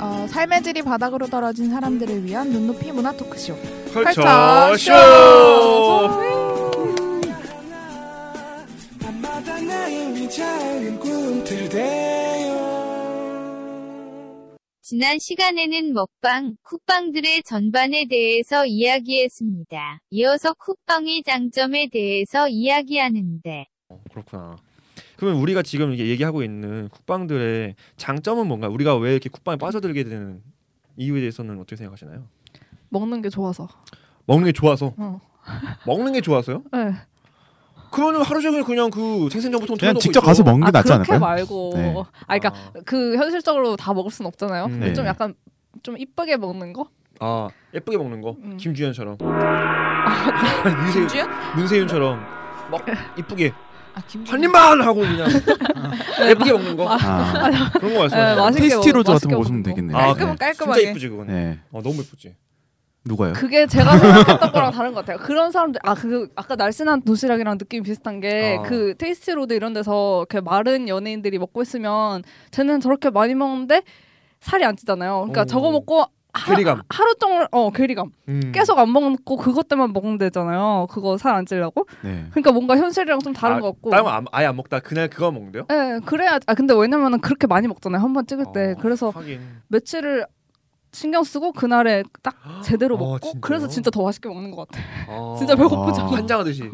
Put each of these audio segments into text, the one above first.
어, 삶의 질이 바닥으로 떨어진 사람들을 위한 눈높이 문화 토크쇼. 컬처 쇼! 쇼. 밤마다 나의 작은 꿈틀대요 지난 시간에는 먹방, 쿡방들의 전반에 대해서 이야기했습니다. 이어서 쿡방의 장점에 대해서 이야기하는데, 어, 그렇구나. 그러면 우리가 지금 이게 얘기하고 있는 쿡방들의 장점은 뭔가? 요 우리가 왜 이렇게 쿡방에 빠져들게 되는 이유에 대해서는 어떻게 생각하시나요? 먹는 게 좋아서. 먹는 게 좋아서. 어. 먹는 게 좋아서요? 네. 그러면 하루 종일 그냥 그 생생정보통 그냥 틀어놓고 직접 있죠. 가서 먹는 게 낫지 아, 그렇게 않을까요? 말고 네. 아 그러니까 아. 그 현실적으로 다 먹을 순 없잖아요. 음. 근데 좀 네. 약간 좀 이쁘게 먹는 거? 아 예쁘게 먹는 거 음. 네. 김주현처럼 그 문세윤 문세윤처럼 막 이쁘게 아 김치. 한 입만 하고 그냥 예쁘게 먹는 거 아, 그런 거 네, 말씀하시는 맛있게 테스티 먹- 로즈 같은 맛있게 거 보시면 먹는 되겠네요. 아, 깔끔하게 진짜 깔끔하게. 예쁘지 그건 네. 네. 아 너무 예쁘지 누가요? 그게 제가 생각했던 거랑 다른 것 같아요. 그런 사람들 아 그 아까 날씬한 도시락이랑 느낌이 비슷한 게 아. 그 테이스티 로드 이런 데서 이렇게 마른 연예인들이 먹고 있으면 쟤는 저렇게 많이 먹는데 살이 안 찌잖아요. 그러니까 오. 저거 먹고 하, 괴리감. 하루 종일 어 괴리감 음. 계속 안 먹고 그것 때만 먹으면 되잖아요. 그거 살 안 찌려고. 네. 그러니까 뭔가 현실이랑 좀 다른 아, 것 같고. 다른 거 안- 아예 안 먹다 그날 그거 먹는데요? 예, 그래야 아 근데 왜냐면은 그렇게 많이 먹잖아요. 한 번 찍을 때. 어, 그래서 하긴 며칠을 신경 쓰고 그날에 딱 제대로 아, 먹고 진짜요? 그래서 진짜 더 맛있게 먹는 것 같아. 요 아, 진짜 배고프죠. 아. 환장하듯이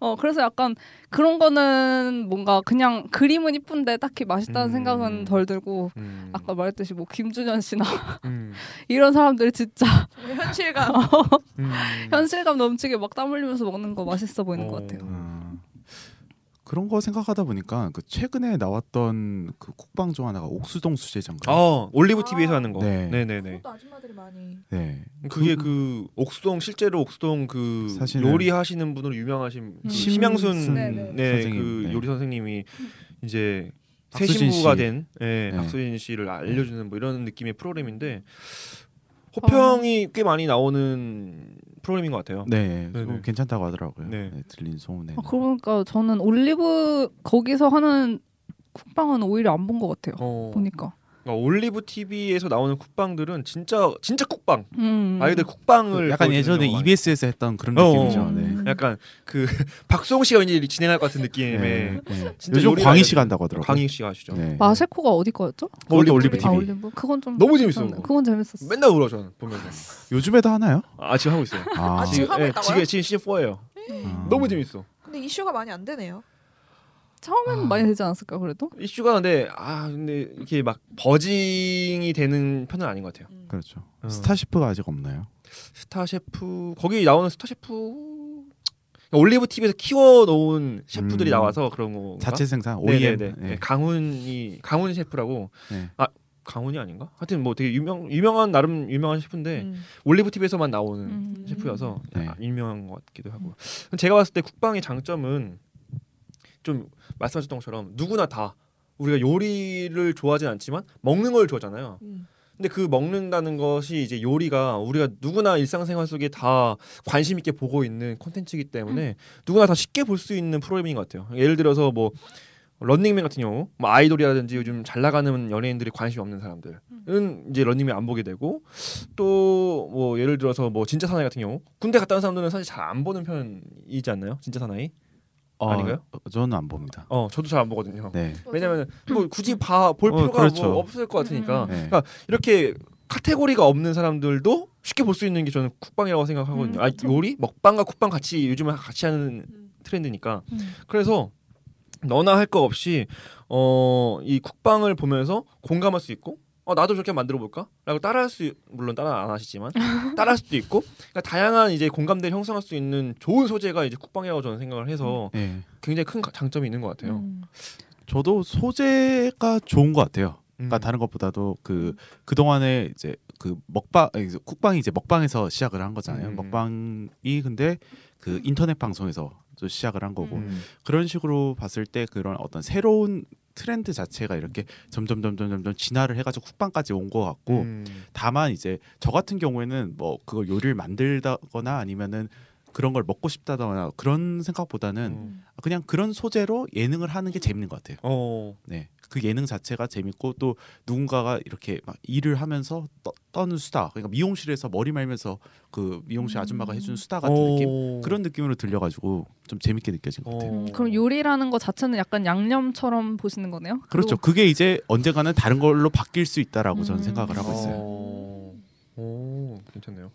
어 그래서 약간 그런 거는 뭔가 그냥 그림은 이쁜데 딱히 맛있다는 음. 생각은 덜 들고 음. 아까 말했듯이 뭐 김준현 씨나 음. 이런 사람들이 진짜 현실감. 음. 현실감 넘치게 막 땀 흘리면서 먹는 거 맛있어 보이는 것 같아요. 아, 그런 거 생각하다 보니까 그 최근에 나왔던 그 쿡방 중 하나가 옥수동 수제장가. 어 올리브 TV에서 하는 거 네. 네네네 아줌마들이 많이. 네. 그게 그 옥수동 실제로 옥수동 그 사실은 요리하시는 분으로 유명하신 그 음. 심양순 네, 네, 네. 음. 그 선생님, 네. 요리 선생님이 이제 새 박수진 신부가 씨. 된 예, 네. 박수진 씨를 알려주는 뭐 이런 느낌의 프로그램인데 어. 호평이 꽤 많이 나오는 프로그램인 것 같아요. 네. 네, 네. 좀 괜찮다고 하더라고요. 네. 네. 들린 소문에. 아, 그러니까 저는 올리브 거기서 하는 쿡방은 오히려 안 본 것 같아요. 어, 보니까. 그러니까 올리브 TV에서 나오는 쿡방들은 진짜 진짜 쿡방 음. 아이들 쿡방을 약간 보여주는 예전에 경우가 EBS에서 했던 그런 어, 느낌이죠. 어. 네. 음. 많아요. 약간 그 박수홍 씨가 왠지 진행할 것 같은 느낌의 네. 네. 진짜 요즘 요리가 광희 아니라- 씨가 한다고 하더라고요. 광희 씨가 아시죠? 네. 마세코가 어디 거였죠? 올리브, 올리브 올리브 아 TV. 올리브. 그건 좀 너무 재밌어. 그건- 그건 재밌었어. 맨날 울어 저는 보면서. 요즘에도 하나요? 아 지금 하고 있어요. 음. 아, 아, 지금? 하고 예, 있다고요? 지금 지금 시즌 4예요. 아. 너무 재밌어. 근데 이슈가 많이 안 되네요. 처음에는 아. 많이 되지 않았을까 그래도? 이슈가 근데 아 근데 이렇게 막 버징이 되는 편은 아닌 것 같아요. 그렇죠. 어. 스타시프가 아직 없나요? 스타 셰프 거기 나오는 스타 셰프 올리브 TV에서 키워 놓은 셰프들이 음. 나와서 그런 거 자체 생산 OEM. 네네네 네. 네. 강훈이 강훈 셰프라고 아, 네. 강훈이 아닌가? 하여튼 뭐 되게 유명 유명한 나름 유명한 셰프인데 음. 올리브 TV에서만 나오는 음. 셰프여서 네. 아, 유명한 것 같기도 하고 제가 봤을 때 국방의 장점은 좀 말씀하셨던 것처럼 누구나 다 우리가 요리를 좋아하진 않지만 먹는 걸 좋아하잖아요. 음. 근데 그 먹는다는 것이 이제 요리가 우리가 누구나 일상생활 속에 다 관심 있게 보고 있는 콘텐츠이기 때문에 누구나 다 쉽게 볼 수 있는 프로그램인 것 같아요. 예를 들어서 뭐 런닝맨 같은 경우 뭐 아이돌이라든지 요즘 잘 나가는 연예인들이 관심 없는 사람들은 이제 런닝맨 안 보게 되고 또 뭐 예를 들어서 뭐 진짜 사나이 같은 경우 군대 갔다 온 사람들은 사실 잘 안 보는 편이지 않나요? 진짜 사나이? 어, 아닌가요? 어, 저는 안 봅니다. 어 저도 잘 안 보거든요. 네. 왜냐면 뭐 굳이 봐 볼 어, 필요가 그렇죠. 뭐 없을 것 같으니까 음. 네. 그러니까 이렇게 카테고리가 없는 사람들도 쉽게 볼 수 있는 게 저는 쿡방이라고 생각하거든요. 음, 아 그렇죠. 요리 먹방과 쿡방 같이 요즘에 같이 하는 트렌드니까 음. 그래서 너나 할 거 없이 어이 쿡방을 보면서 공감할 수 있고 어 나도 저렇게 만들어 볼까라고 따라할 수 물론 따라 안 하시지만 따라할 수도 있고 그러니까 다양한 이제 공감대 를 형성할 수 있는 좋은 소재가 이제 쿡방이라고 저는 생각을 해서 음. 네. 굉장히 큰 가- 장점이 있는 것 같아요. 음. 저도 소재가 좋은 것 같아요. 그러니까 음. 다른 것보다도 그그 동안에 이제 그 먹방 아니, 이제 국방이 이제 먹방에서 시작을 한 거잖아요. 음. 먹방이 근데 그 인터넷 방송에서 또 시작을 한 거고 음. 그런 식으로 봤을 때 그런 어떤 새로운 트렌드 자체가 이렇게 점점 점점 점점 진화를 해가지고 국방까지 온 것 같고 음. 다만 이제 저 같은 경우에는 뭐 그거 요리를 만들다거나 아니면은 그런 걸 먹고 싶다거나 그런 생각보다는 음. 그냥 그런 소재로 예능을 하는 게 재밌는 것 같아요. 어 네, 그 예능 자체가 재밌고 또 누군가가 이렇게 막 일을 하면서 떠, 떠는 수다. 그러니까 미용실에서 머리 말면서 그 미용실 아줌마가 해주는 수다 같은 음. 느낌 어. 그런 느낌으로 들려가지고 좀 재밌게 느껴진 것 같아요. 음, 그럼 요리라는 것 자체는 약간 양념처럼 보시는 거네요? 그렇죠. 그게 이제 언젠가는 다른 걸로 바뀔 수 있다라고 저는 음. 생각을 하고 있어요. 어. 오, 괜찮네요.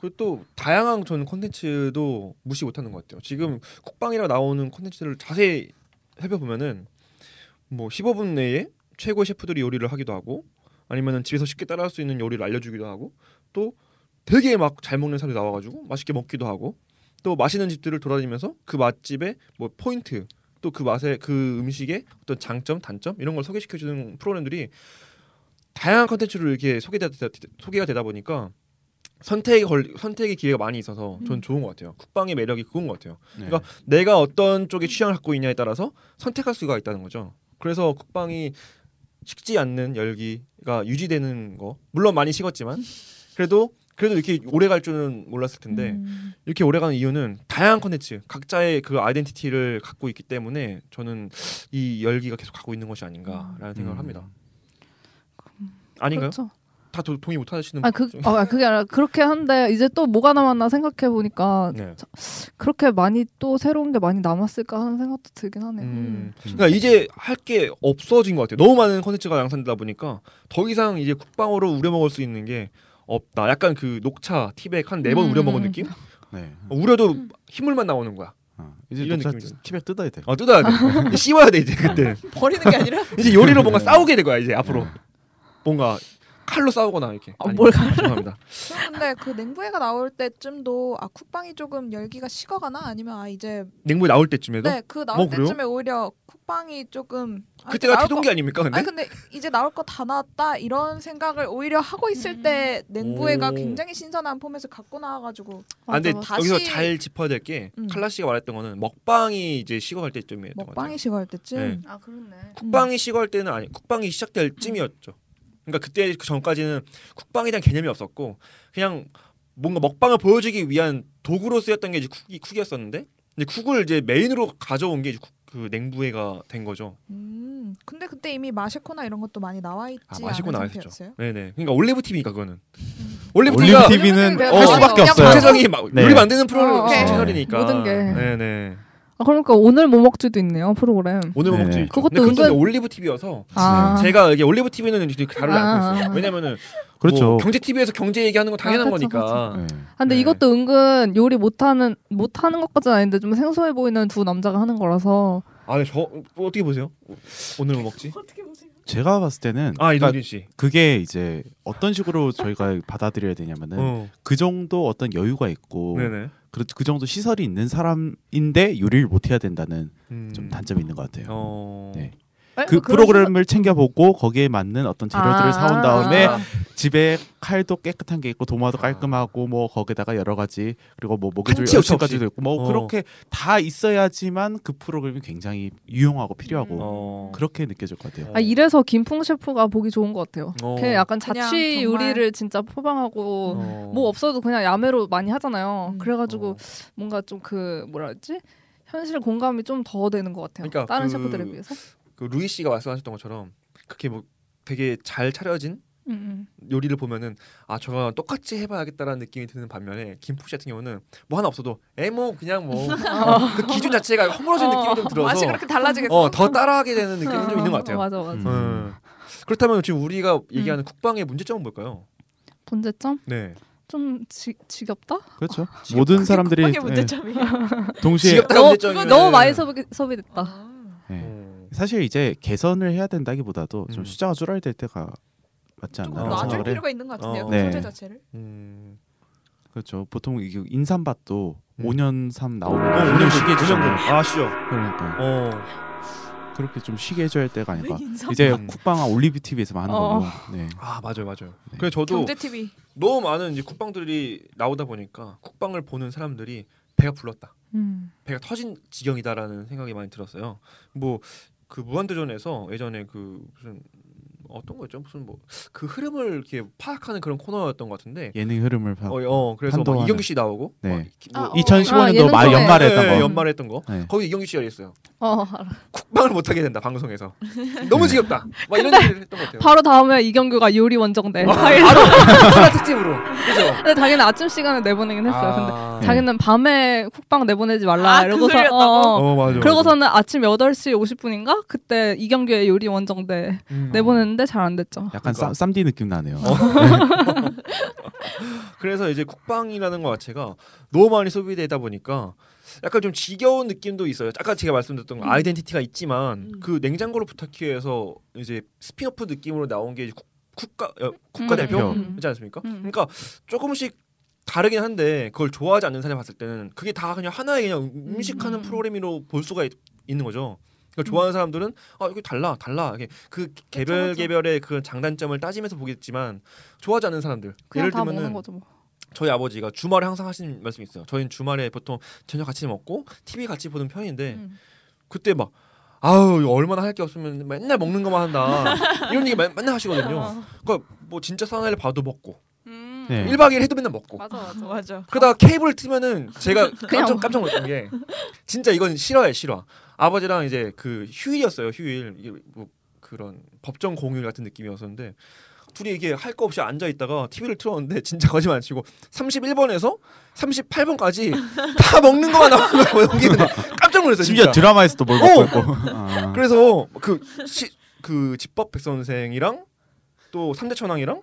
그리고 또 다양한 저는 콘텐츠도 무시 못하는 것 같아요. 지금 쿡방이라 나오는 콘텐츠를 자세히 살펴보면은 뭐 15분 내에 최고 의 셰프들이 요리를 하기도 하고 아니면은 집에서 쉽게 따라할 수 있는 요리를 알려주기도 하고 또 되게 막 잘 먹는 사람이 나와가지고 맛있게 먹기도 하고 또 맛있는 집들을 돌아다니면서 그 맛집의 뭐 포인트 또 그 맛의 그 음식의 어떤 장점 단점 이런 걸 소개시켜주는 프로그램들이 다양한 컨텐츠로 이렇게 소개가 되다, 소개가 되다 보니까 선택이 걸 선택의 기회가 많이 있어서 전 좋은 것 같아요. 국방의 매력이 그건 것 같아요. 네. 그러니까 내가 어떤 쪽에 취향을 갖고 있냐에 따라서 선택할 수가 있다는 거죠. 그래서 국방이 식지 않는 열기가 유지되는 거 물론 많이 식었지만 그래도 그래도 이렇게 오래 갈 줄은 몰랐을 텐데 음. 이렇게 오래 가는 이유는 다양한 컨텐츠 각자의 그 아이덴티티를 갖고 있기 때문에 저는 이 열기가 계속 가고 있는 것이 아닌가라는 생각을 음. 합니다. 아닌가요? 음. 그렇죠. 다 도, 동의 못 하시는 아, 그, 아, 그게 아니라 그렇게 한데 이제 또 뭐가 남았나 생각해 보니까 네. 그렇게 많이 또 새로운 게 많이 남았을까 하는 생각도 들긴 하네요. 음. 음. 그러니까 이제 할 게 없어진 것 같아요. 너무 많은 콘텐츠가 양산되다 보니까 더 이상 이제 국방으로 우려 먹을 수 있는 게 없다. 약간 그 녹차 티백 한 네 번 음. 우려 먹은 느낌? 네. 어, 우려도 힘물만 나오는 거야. 어, 이제 이런 녹차 느낌이죠. 티백 뜯어야 돼. 어 뜯어야 돼. 이제 씌워야 돼 이제 그때. 버리는 게 아니라 이제 요리로 뭔가 싸우게 될 거야 이제 앞으로. 뭔가 칼로 싸우거나 이렇게. 아, 뭘 칼로? 죄송합니다. 근데 그 냉부회가 나올 때쯤도 아 쿡방이 조금 열기가 식어가나 아니면 아 이제 냉물 나올 때쯤에도 네 그 나올 어, 그래요? 때쯤에 오히려 쿡방이 조금 아, 이제 그때가 나올 태동기 아닙니까 근데? 아니 근데 이제 나올 거 다 나왔다 이런 생각을 오히려 하고 있을 때 냉부회가 음. 오. 굉장히 신선한 포맷을 갖고 나와가지고 아, 근데 맞아. 여기서 다시- 잘 짚어야 될 게 음. 칼라 씨가 말했던 거는 먹방이 이제 식어갈 때쯤이었던 것 같아요. 먹방이 식어할 때쯤 아, 그렇네. 국방이 식을 때는 아니 국방이 시작될 쯤이었죠. 그러니까 그때 그 전까지는 국방에 대한 개념이 없었고 그냥 뭔가 먹방을 보여주기 위한 도구로 쓰였던 게 이제 쿡이 쿡이었었는데 이제 쿡을 이제 메인으로 가져온 게 이제 쿡- 그 냉부회가 된 거죠. 음 근데 그때 이미 마시코나 이런 것도 많이 나와 있지 아 마시고 않은 나왔었죠. 상태였어요? 네네. 그러니까 올리브 TV니까 그거는 음. 올리브 TV가 올리브 TV는 올리브 어, 갈 수밖에 없어요. 구체적인 막 네. 요리 만드는 프로 어, 어. 채널이니까 모든 게. 네네. 아, 그러니까 오늘 뭐 먹지도 있네요, 프로그램. 오늘 네네. 먹지. 그것도 근데 그때 은근- 올리브 TV여서 아. 네. 제가 이게 올리브 TV는 다루지 아, 않고 아, 있어요. 아. 왜냐면은 그렇죠. 뭐 경제 TV에서 경제 얘기하는 건 당연한 아, 그쵸, 거니까. 네. 아, 근데 네. 이것도 은근 요리 못하는 못하는 것까지는 아닌데 좀 생소해 보이는 두 남자가 하는 거라서 아, 근데 저 어, 어떻게 보세요? 오늘 뭐 먹지? 제가 봤을 때는 아, 그러니까 이동진 씨. 그게 이제 어떤 식으로 저희가 받아들여야 되냐면은 어. 그 정도 어떤 여유가 있고 네네. 그, 그 정도 시설이 있는 사람인데 요리를 못 해야 된다는 음. 좀 단점이 있는 것 같아요. 어. 네. 뭐 그 프로그램을 챙겨보고 거기에 맞는 어떤 재료들을 아. 사온 다음에 아. 집에 칼도 깨끗한 게 있고 도마도 깔끔하고 뭐 거기다가 여러 가지 그리고 뭐 먹여줄 한치 없이 여실까지도 있고 뭐 어. 그렇게 다 있어야지만 그 프로그램이 굉장히 유용하고 음. 필요하고 어. 그렇게 느껴질 것 같아요. 아 이래서 김풍 셰프가 보기 좋은 것 같아요. 어. 걔 약간 그냥 정말- 자취 요리를 진짜 포방하고 어. 뭐 없어도 그냥 야매로 많이 하잖아요. 음. 그래가지고 어. 뭔가 좀 그 뭐라 했지 현실 공감이 좀 더 되는 것 같아요. 그러니까 다른 그- 셰프들에 비해서. 그 루이 씨가 말씀하셨던 것처럼 그렇게 뭐 되게 잘 차려진 음, 음. 요리를 보면은 아 저거 똑같이 해봐야겠다라는 느낌이 드는 반면에 김포 씨 같은 경우는 뭐 하나 없어도 에뭐 그냥 뭐 그 기준 자체가 허물어진 느낌이 좀 맛이 들어서 그렇게 달라지겠어. 어 더 따라하게 되는 느낌이 좀 있는 것 어, 같아요. 맞아 맞아. 음. 음. 그렇다면 지금 우리가 얘기하는 국방의 문제점은 뭘까요? 문제점 네. 좀 지, 지겹다? 그렇죠. 모든 사람들이 그게 예, 문제점이. 야 동시에 지겹다 너무, 문제점이면은- 네. 너무 많이 소비, 소비됐다. 아, 예. 음. 사실 이제 개선을 해야 된다기보다도 좀 음. 숫자가 줄어야 될 때가 맞지 않나 조금 아, 놔줄 생각을 해요. 필요가 있는 것 같은데요 어. 그 네. 소재 자체를 음. 그렇죠. 보통 이게 인삼밭도 음. 5년 삼 나오면 어, 운영 시계 운영금 아시죠? 그러니까 어. 그렇게 좀 쉬게 해줘야 할 때가 아닐까. 인삼. 이제 음. 국방아 올리브 TV에서만 하는 어. 걸로. 네. 아 맞아요 맞아요. 네. 그래서 저도 경제 TV. 너무 많은 이제 국방들이 나오다 보니까 국방을 보는 사람들이 배가 불렀다, 음. 배가 터진 지경이다라는 생각이 많이 들었어요. 뭐 그 무한도전에서 예전에 그 무슨 어떤 거였죠? 무슨 뭐 그 흐름을 이렇게 파악하는 그런 코너였던 것 같은데. 예능 흐름을 봐. 어, 어 그래서 막 아, 판도하는. 이경규 씨 나오고 네. 막 이렇게 뭐 아, 어. 2015년도 아, 말 예능 연말에 예, 예, 했던 거. 연말에 했던 거. 네. 거기 이경규 씨가 있어요. 어, 알아. 쿡방을 못 하게 된다 방송에서. 너무 지겹다. 막 이런 얘기를 했던 것 같아요. 네. 바로 다음에 이경규가 요리 원정대. 아, 파일. 바로 코로나 특집으로. 그죠? 근데 자기는 아침 시간에 내보내긴 했어요. 근데 아. 자기는 밤에 쿡방 내보내지 말라 아, 이러고서 그거였다고? 어. 어 맞아. 그러고서는 아침 8시 50분인가 그때 이경규의 요리 원정대 음. 내보냈는데 잘 안 됐죠. 약간 그러니까. 쌈 쌈디 느낌 나네요. 그래서 이제 국방이라는 것 자체가 너무 많이 소비되다 보니까 약간 좀 지겨운 느낌도 있어요. 아까 제가 말씀드렸던 거 음. 아이덴티티가 있지만 음. 그 냉장고를 부탁해에서 이제 스피노프 느낌으로 나온 게 이제 국, 국가 어, 국가대표 음. 그렇지 않습니까? 음. 그러니까 조금씩 다르긴 한데 그걸 좋아하지 않는 사람이 봤을 때는 그게 다 그냥 하나의 그냥 음- 음식하는 음. 프로그램으로 볼 수가 있, 는 거죠. 그러니까 좋아하는 사람들은 아 이거 달라 달라 이게 그 개별 그쵸. 개별의 그 장단점을 따지면서 보겠지만 좋아하지 않는 사람들 그냥 다 먹는 거죠 뭐. 저희 아버지가 주말에 항상 하시는 말씀이 있어요. 저희는 주말에 보통 저녁 같이 먹고 TV 같이 보는 편인데 음. 그때 막 아우 이거 얼마나 할 게 없으면 맨날 먹는 것만 한다 이런 얘기 맨- 맨날 어. 하시거든요. 그러니까 뭐 진짜 사나이를 봐도 먹고 음. 네. 일 1박 2일 해도 맨날 먹고 맞아 맞아. 맞아. 그러다가 케이블 틀면은 제가 그냥 깜짝 깜짝 놀랐던 게 진짜 이건 실화예요 실화. 아버지랑 이제 그 휴일이었어요 휴일 이게 뭐 그런 법정 공휴일 같은 느낌이었었는데 둘이 이게 할 거 없이 앉아 있다가 TV를 틀었는데 진짜 거짓말 안 치고 31번에서 38번까지 다 먹는 거만 나오는 거예요 여기는 깜짝 놀랐어요 심지어 진짜. 드라마에서도 뭘 어! 먹고 있고. 아. 그래서 그그 집밥 백선생이랑 또 삼대천왕이랑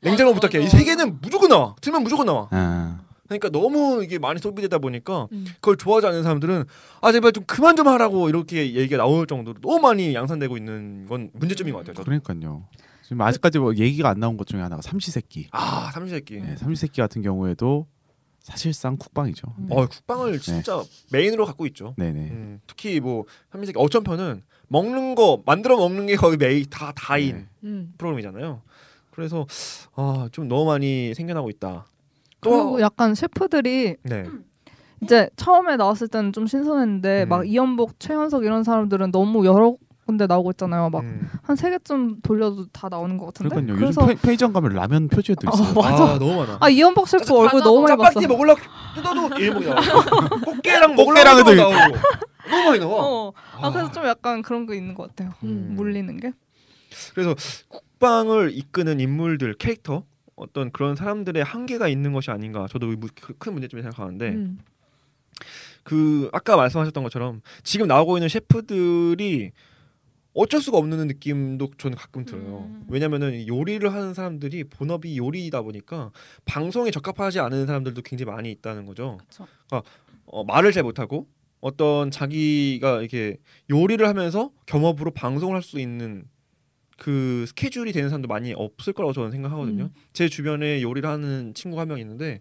냉장고 부탁해 이 세 개는 무조건 나와 틀면 무조건 나와 아. 그러니까 너무 이게 많이 소비되다 보니까 음. 그걸 좋아하지 않는 사람들은 아 제발 좀 그만 좀 하라고 이렇게 얘기가 나올 정도로 너무 많이 양산되고 있는 건 문제점인 것 같아요. 저도. 그러니까요. 지금 아직까지 뭐 얘기가 안 나온 것 중에 하나가 삼시세끼. 아 삼시세끼. 네, 삼시세끼 같은 경우에도 사실상 국방이죠. 네. 어 국방을 진짜 메인으로 갖고 있죠. 네네. 음, 특히 뭐 삼시세끼 어천편은 먹는 거 만들어 먹는 게 거의 메인 다 다인 네. 음. 프로그램이잖아요. 그래서 아좀 너무 많이 생겨나고 있다. 또 그리고 약간 셰프들이 네. 이제 처음에 나왔을 때는 좀 신선했는데 음. 막 이연복, 최현석 이런 사람들은 너무 여러 군데 나오고 있잖아요. 막 음. 한 세 개쯤 돌려도 다 나오는 것 같은데. 그러니까요. 래서 요즘 페, 편의점 가면 라면 표지에도 있어요. 어, 맞아. 아, 너무 많아. 아 이연복 셰프 얼굴 가자, 너무 많이 봤어. 짜파티 먹으려고 뭐 뜯어도 일본이 나오고 꽃게랑 꽃게랑 먹으려고 해도 나오고 너무 많이 나와. 어. 아 그래서 좀 약간 그런 게 있는 것 같아요. 음. 물리는 게. 그래서 국방을 이끄는 인물들 캐릭터 어떤 그런 사람들의 한계가 있는 것이 아닌가 저도 이 무- 크- 큰 문제점이 생각하는데 음. 그 아까 말씀하셨던 것처럼 지금 나오고 있는 셰프들이 어쩔 수가 없는 느낌도 저는 가끔 들어요. 음. 왜냐면은 이 요리를 하는 사람들이 본업이 요리이다 보니까 방송에 적합하지 않은 사람들도 굉장히 많이 있다는 거죠. 그쵸. 그러니까 어, 말을 잘 못하고 어떤 자기가 이렇게 요리를 하면서 겸업으로 방송을 할 수 있는 그 스케줄이 되는 사람도 많이 없을 거라고 저는 생각하거든요. 음. 제 주변에 요리를 하는 친구가 한 명 있는데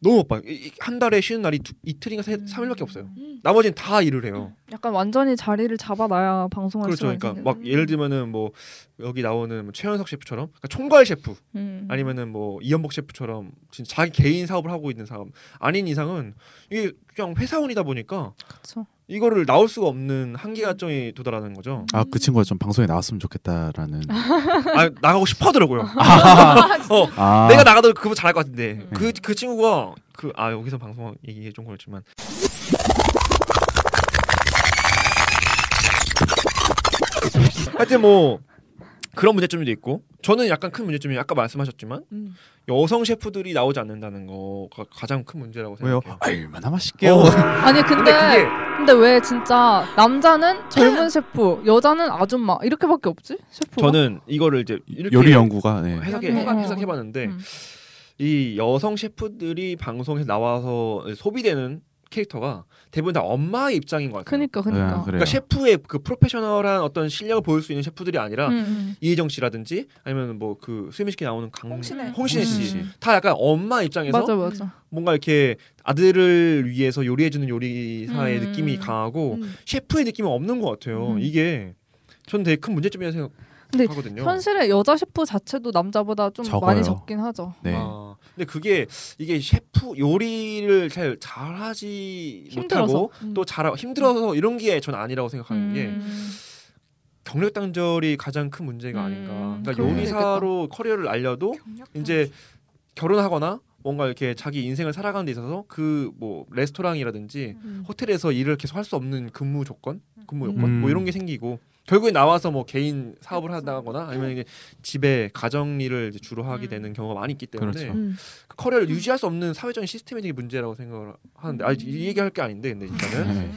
너무 바빠. 이- 이- 한 달에 쉬는 날이 두, 이틀인가 세, 삼일밖에 없어요. 음. 나머지는 다 일을 해요. 약간 완전히 자리를 잡아놔야 방송할 그렇죠. 수가 그러니까 있는. 막 예를 들면은 뭐 여기 나오는 뭐 최현석 셰프처럼 그러니까 총괄 셰프 음. 아니면은 뭐 이연복 셰프처럼 진짜 자기 개인 사업을 하고 있는 사람 아닌 이상은 이게 그냥 회사원이다 보니까 그쵸. 음. 이거를 나올 수가 없는 한계가점이 도달하는 거죠. 아 그 친구가 좀 방송에 나왔으면 좋겠다라는. 아 나가고 싶어더라고요. 어, 아, 내가 나가도 그거 잘할 것 같은데 음. 그 그 친구가 그 아 여기서 방송 얘기 좀 그렇지만 하여튼 뭐 그런 문제점도 있고 저는 약간 큰 문제점이 아까 말씀하셨지만 음. 여성 셰프들이 나오지 않는다는 거가 가장 큰 문제라고 왜요? 생각해요. 얼마나 맛있게요. 어, 아니 근데 근데 근데, 그게 왜 진짜 남자는 젊은 셰프, 여자는 아줌마 이렇게밖에 없지? 셰프. 저는 이거를 이제 이렇게 어, 요리 연구가. 네. 해석해 연구가. 해석해 봤는데 음. 이 여성 셰프들이 방송에서 나와서 소비되는 캐릭터가 대부분 다 엄마의 입장인 것 같아요. 그니까 그니까. 아, 그래요. 그러니까 셰프의 그 프로페셔널한 어떤 실력을 보일 수 있는 셰프들이 아니라 음, 음. 이혜정 씨라든지 아니면 뭐 그 수미식에 나오는 강 홍신혜. 홍신혜 씨. 음. 다 약간 엄마 입장에서 맞아 맞아. 뭔가 이렇게 아들을 위해서 요리해 주는 요리사의 음. 느낌이 강하고 음. 셰프의 느낌이 없는 것 같아요. 음. 이게 전 되게 큰 문제점이라고 근데 생각하거든요. 현실에 여자 셰프 자체도 남자보다 좀 적어요. 많이 적긴 하죠. 네. 아, 근데 그게 이게 셰프 요리를 잘 잘하지 힘들어서. 못하고 음. 또 잘 힘들어서 이런 게 전 아니라고 생각하는 게 음. 경력 단절이 가장 큰 문제가 아닌가. 음, 그러니까 그럴 수도 요리사로 커리어를 알려도 이제 결혼하거나 뭔가 이렇게 자기 인생을 살아가는 데 있어서 그 뭐 레스토랑이라든지 음. 호텔에서 일을 계속 할 수 없는 근무 조건, 근무 요건 음. 뭐 이런 게 생기고 결국에 나와서 뭐 개인 사업을 하다거나 아니면 이제 집에 가정 일을 이제 주로 하게 음. 되는 경우가 많이 있기 때문에 그렇죠. 음. 그 커리어를 유지할 수 없는 사회적인 시스템의 문제라고 생각을 하는데 아이 얘기할 게 아닌데 근데 일단은 네.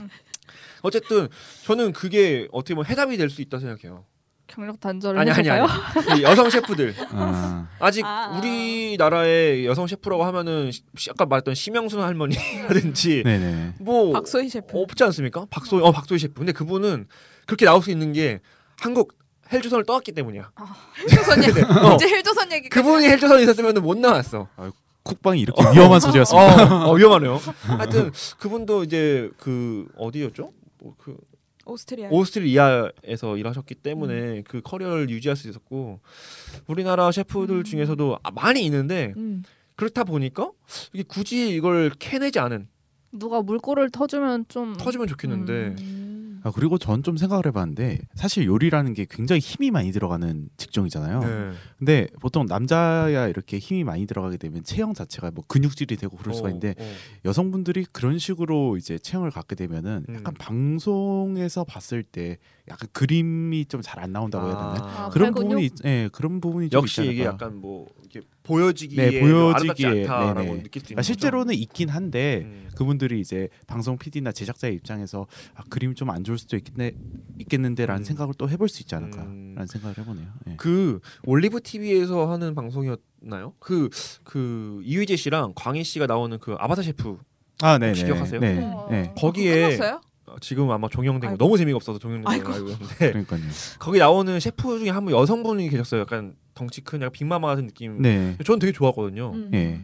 어쨌든 저는 그게 어떻게 보면 해답이 될 수 있다 생각해요. 경력 단절을 아니 아니 해볼까요? 아니 이 여성 셰프들 아, 아직 아, 아. 우리나라의 여성 셰프라고 하면은 시- 시- 아까 말했던 심영순 할머니라든지 네네. 뭐 박소희 셰프. 없지 않습니까? 박소희 어 박소희 셰프. 근데 그분은 그렇게 나올 수 있는 게 한국 헬조선을 떠났기 때문이야. 헬조선 얘기. 어. 이제 헬조선 얘기. 그분이 헬조선에 있었으면 못 나왔어. 쿡방이 이렇게 위험한 소재였습니다. 어, 어, 위험하네요. 하여튼 그분도 이제 그 어디였죠? 뭐 그 오스트리아. 오스트리아에서 일하셨기 때문에 그 커리어를 유지할 수 있었고 우리나라 셰프들 중에서도 아, 많이 있는데 음. 그렇다 보니까 이게 굳이 이걸 캐내지 않은 누가 물꼬를 터주면 좀 터지면 좋겠는데 음. 아, 그리고 전 좀 생각을 해봤는데 사실 요리라는 게 굉장히 힘이 많이 들어가는 직종이잖아요. 네. 근데 보통 남자야 이렇게 힘이 많이 들어가게 되면 체형 자체가 뭐 근육질이 되고 그럴 수가 어, 있는데 어. 여성분들이 그런 식으로 이제 체형을 갖게 되면은 음. 약간 방송에서 봤을 때 약간 그림이 좀 잘 안 나온다고 해야 되나? 아, 그런 팔근육? 부분이 있- 예, 그런 부분이 좀 역시 있지 이게 않을까. 약간 뭐 이렇게 보여지기에 뭐 네, 보여지기에, 아름답지 않다라고 네네. 느낄 수 있는 아, 실제로는 있긴 한데 거죠? 음. 그분들이 이제 방송 PD나 제작자의 입장에서 아, 그림이 좀 안 좋을 수도 있겠네 있겠는데라는 음. 생각을 또 해볼 수 있지 않을까라는 음. 생각을 해보네요. 예. 그 올리브 TV에서 하는 방송이었나요? 그 그 이휘재 씨랑 광희 씨가 나오는 그 아바타 셰프 아, 네, 기억하세요? 네, 어. 네. 거기에 끝났어요? 아, 지금 아마 종영된 거 아이고. 너무 재미가 없어서 종영된 아이고. 거 알고 있는데 그러니까요. 거기 나오는 셰프 중에 한 분 여성분이 계셨어요. 약간 덩치 큰 약간 빅마마 같은 느낌. 네, 저는 되게 좋아하거든요. 음. 예.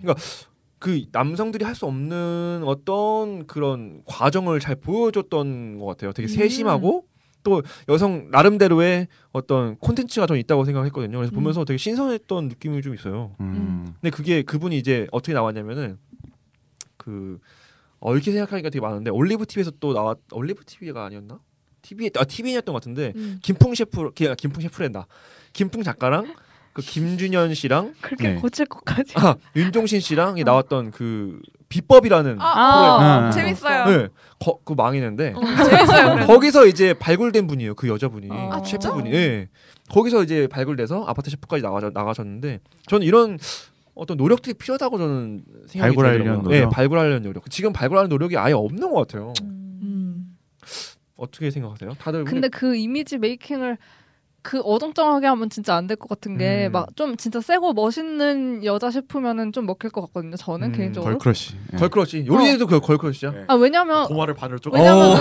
그 남성들이 할 수 없는 어떤 그런 과정을 잘 보여줬던 것 같아요. 되게 음. 세심하고 또 여성 나름대로의 어떤 콘텐츠가 좀 있다고 생각했거든요. 그래서 음. 보면서 되게 신선했던 느낌이 좀 있어요. 음. 근데 그게 그분이 이제 어떻게 나왔냐면은 그 어, 이렇게 생각하니까 되게 많은데 올리브 TV에서 또 나왔 올리브 TV가 아니었나? TV 아 TV였던 것 같은데 음. 김풍 셰프 기- 김풍 셰프랜다. 김풍 작가랑 그 김준현 씨랑 그렇게 네. 고칠 것까지. 아, 윤종신 씨랑 이 나왔던 그 비법이라는 어. 아, 아. 어, 재밌어요. 네, 거, 그 망했는데 어, 재밌어요. 어. 그래도. 거기서 이제 발굴된 분이에요. 그 여자분이 아, 진짜? 셰프분이. 예. 거기서 이제 발굴돼서 아파트 셰프까지 나가 나가셨는데 저는 이런 어떤 노력들이 필요하다고 저는 생각이 발굴하려는 들더라고요. 노력? 예, 발굴하려는 노력. 지금 발굴하는 노력이 아예 없는 것 같아요. 음. 어떻게 생각하세요? 다들 근데 그 이미지 메이킹을 그 어정쩡하게 하면 진짜 안 될 것 같은 게 음. 막 좀 진짜 세고 멋있는 여자 싶으면은 좀 먹힐 것 같거든요. 저는 음, 개인적으로. 걸크러쉬. 예. 걸크러시 요리에도 그 걸크러시야. 네. 아 왜냐면 도마를 반으로 쪼. 왜냐면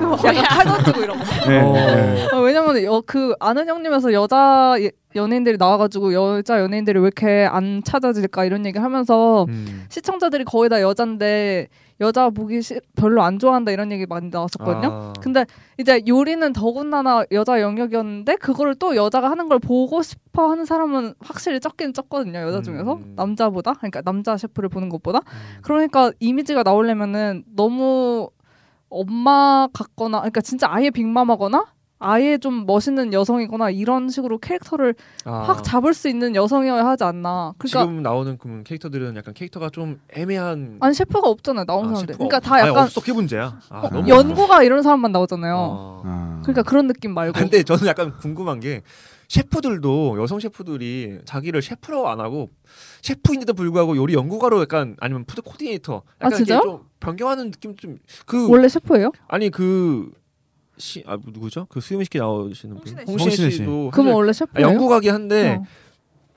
어, 약간 칼 던지고 이런 거. 네. 어. 네. 아, 왜냐면 여, 그 아는 형님에서 여자 예- 연예인들이 나와가지고 여자 연예인들이 왜 이렇게 안 찾아질까 이런 얘기를 하면서 음. 시청자들이 거의 다 여잔데 여자 보기 시- 별로 안 좋아한다 이런 얘기 많이 나왔었거든요. 아. 그 근데 이제 요리는 더군다나 여자 영역이었는데 그거를 또 여자가 하는 걸 보고 싶어 하는 사람은 확실히 적긴 적거든요. 여자 중에서 음. 남자보다 그러니까 남자 셰프를 보는 것보다 음. 그러니까 이미지가 나오려면은 너무 엄마 같거나 그러니까 진짜 아예 빅맘하거나 아예 좀 멋있는 여성이거나 이런 식으로 캐릭터를 아. 확 잡을 수 있는 여성이어야 하지 않나. 그러니까 지금 나오는 그 캐릭터들은 약간 캐릭터가 좀 애매한 아니 셰프가 없잖아요. 나온 아, 사람들. 셰프가 그러니까 없- 다 아니, 약간 없어 그게 문제야. 아, 어, 너무 연구가 이런 사람만 나오잖아요. 아. 아. 그러니까 그런 느낌 말고. 아, 근데 저는 약간 궁금한 게 셰프들도 여성 셰프들이 자기를 셰프로 안 하고 셰프인데도 불구하고 요리 연구가로 약간 아니면 푸드 코디네이터 약간 아, 진짜요? 이렇게 좀 변경하는 느낌 좀 그 원래 셰프예요? 아니 그 시, 아, 누구죠? 그 수요미 씨 나오시는 분 홍신혜 씨. 홍신혜 홍신혜 씨. 씨도 그럼 사실 원래 셰프예요? 아, 연구가긴 한데 어.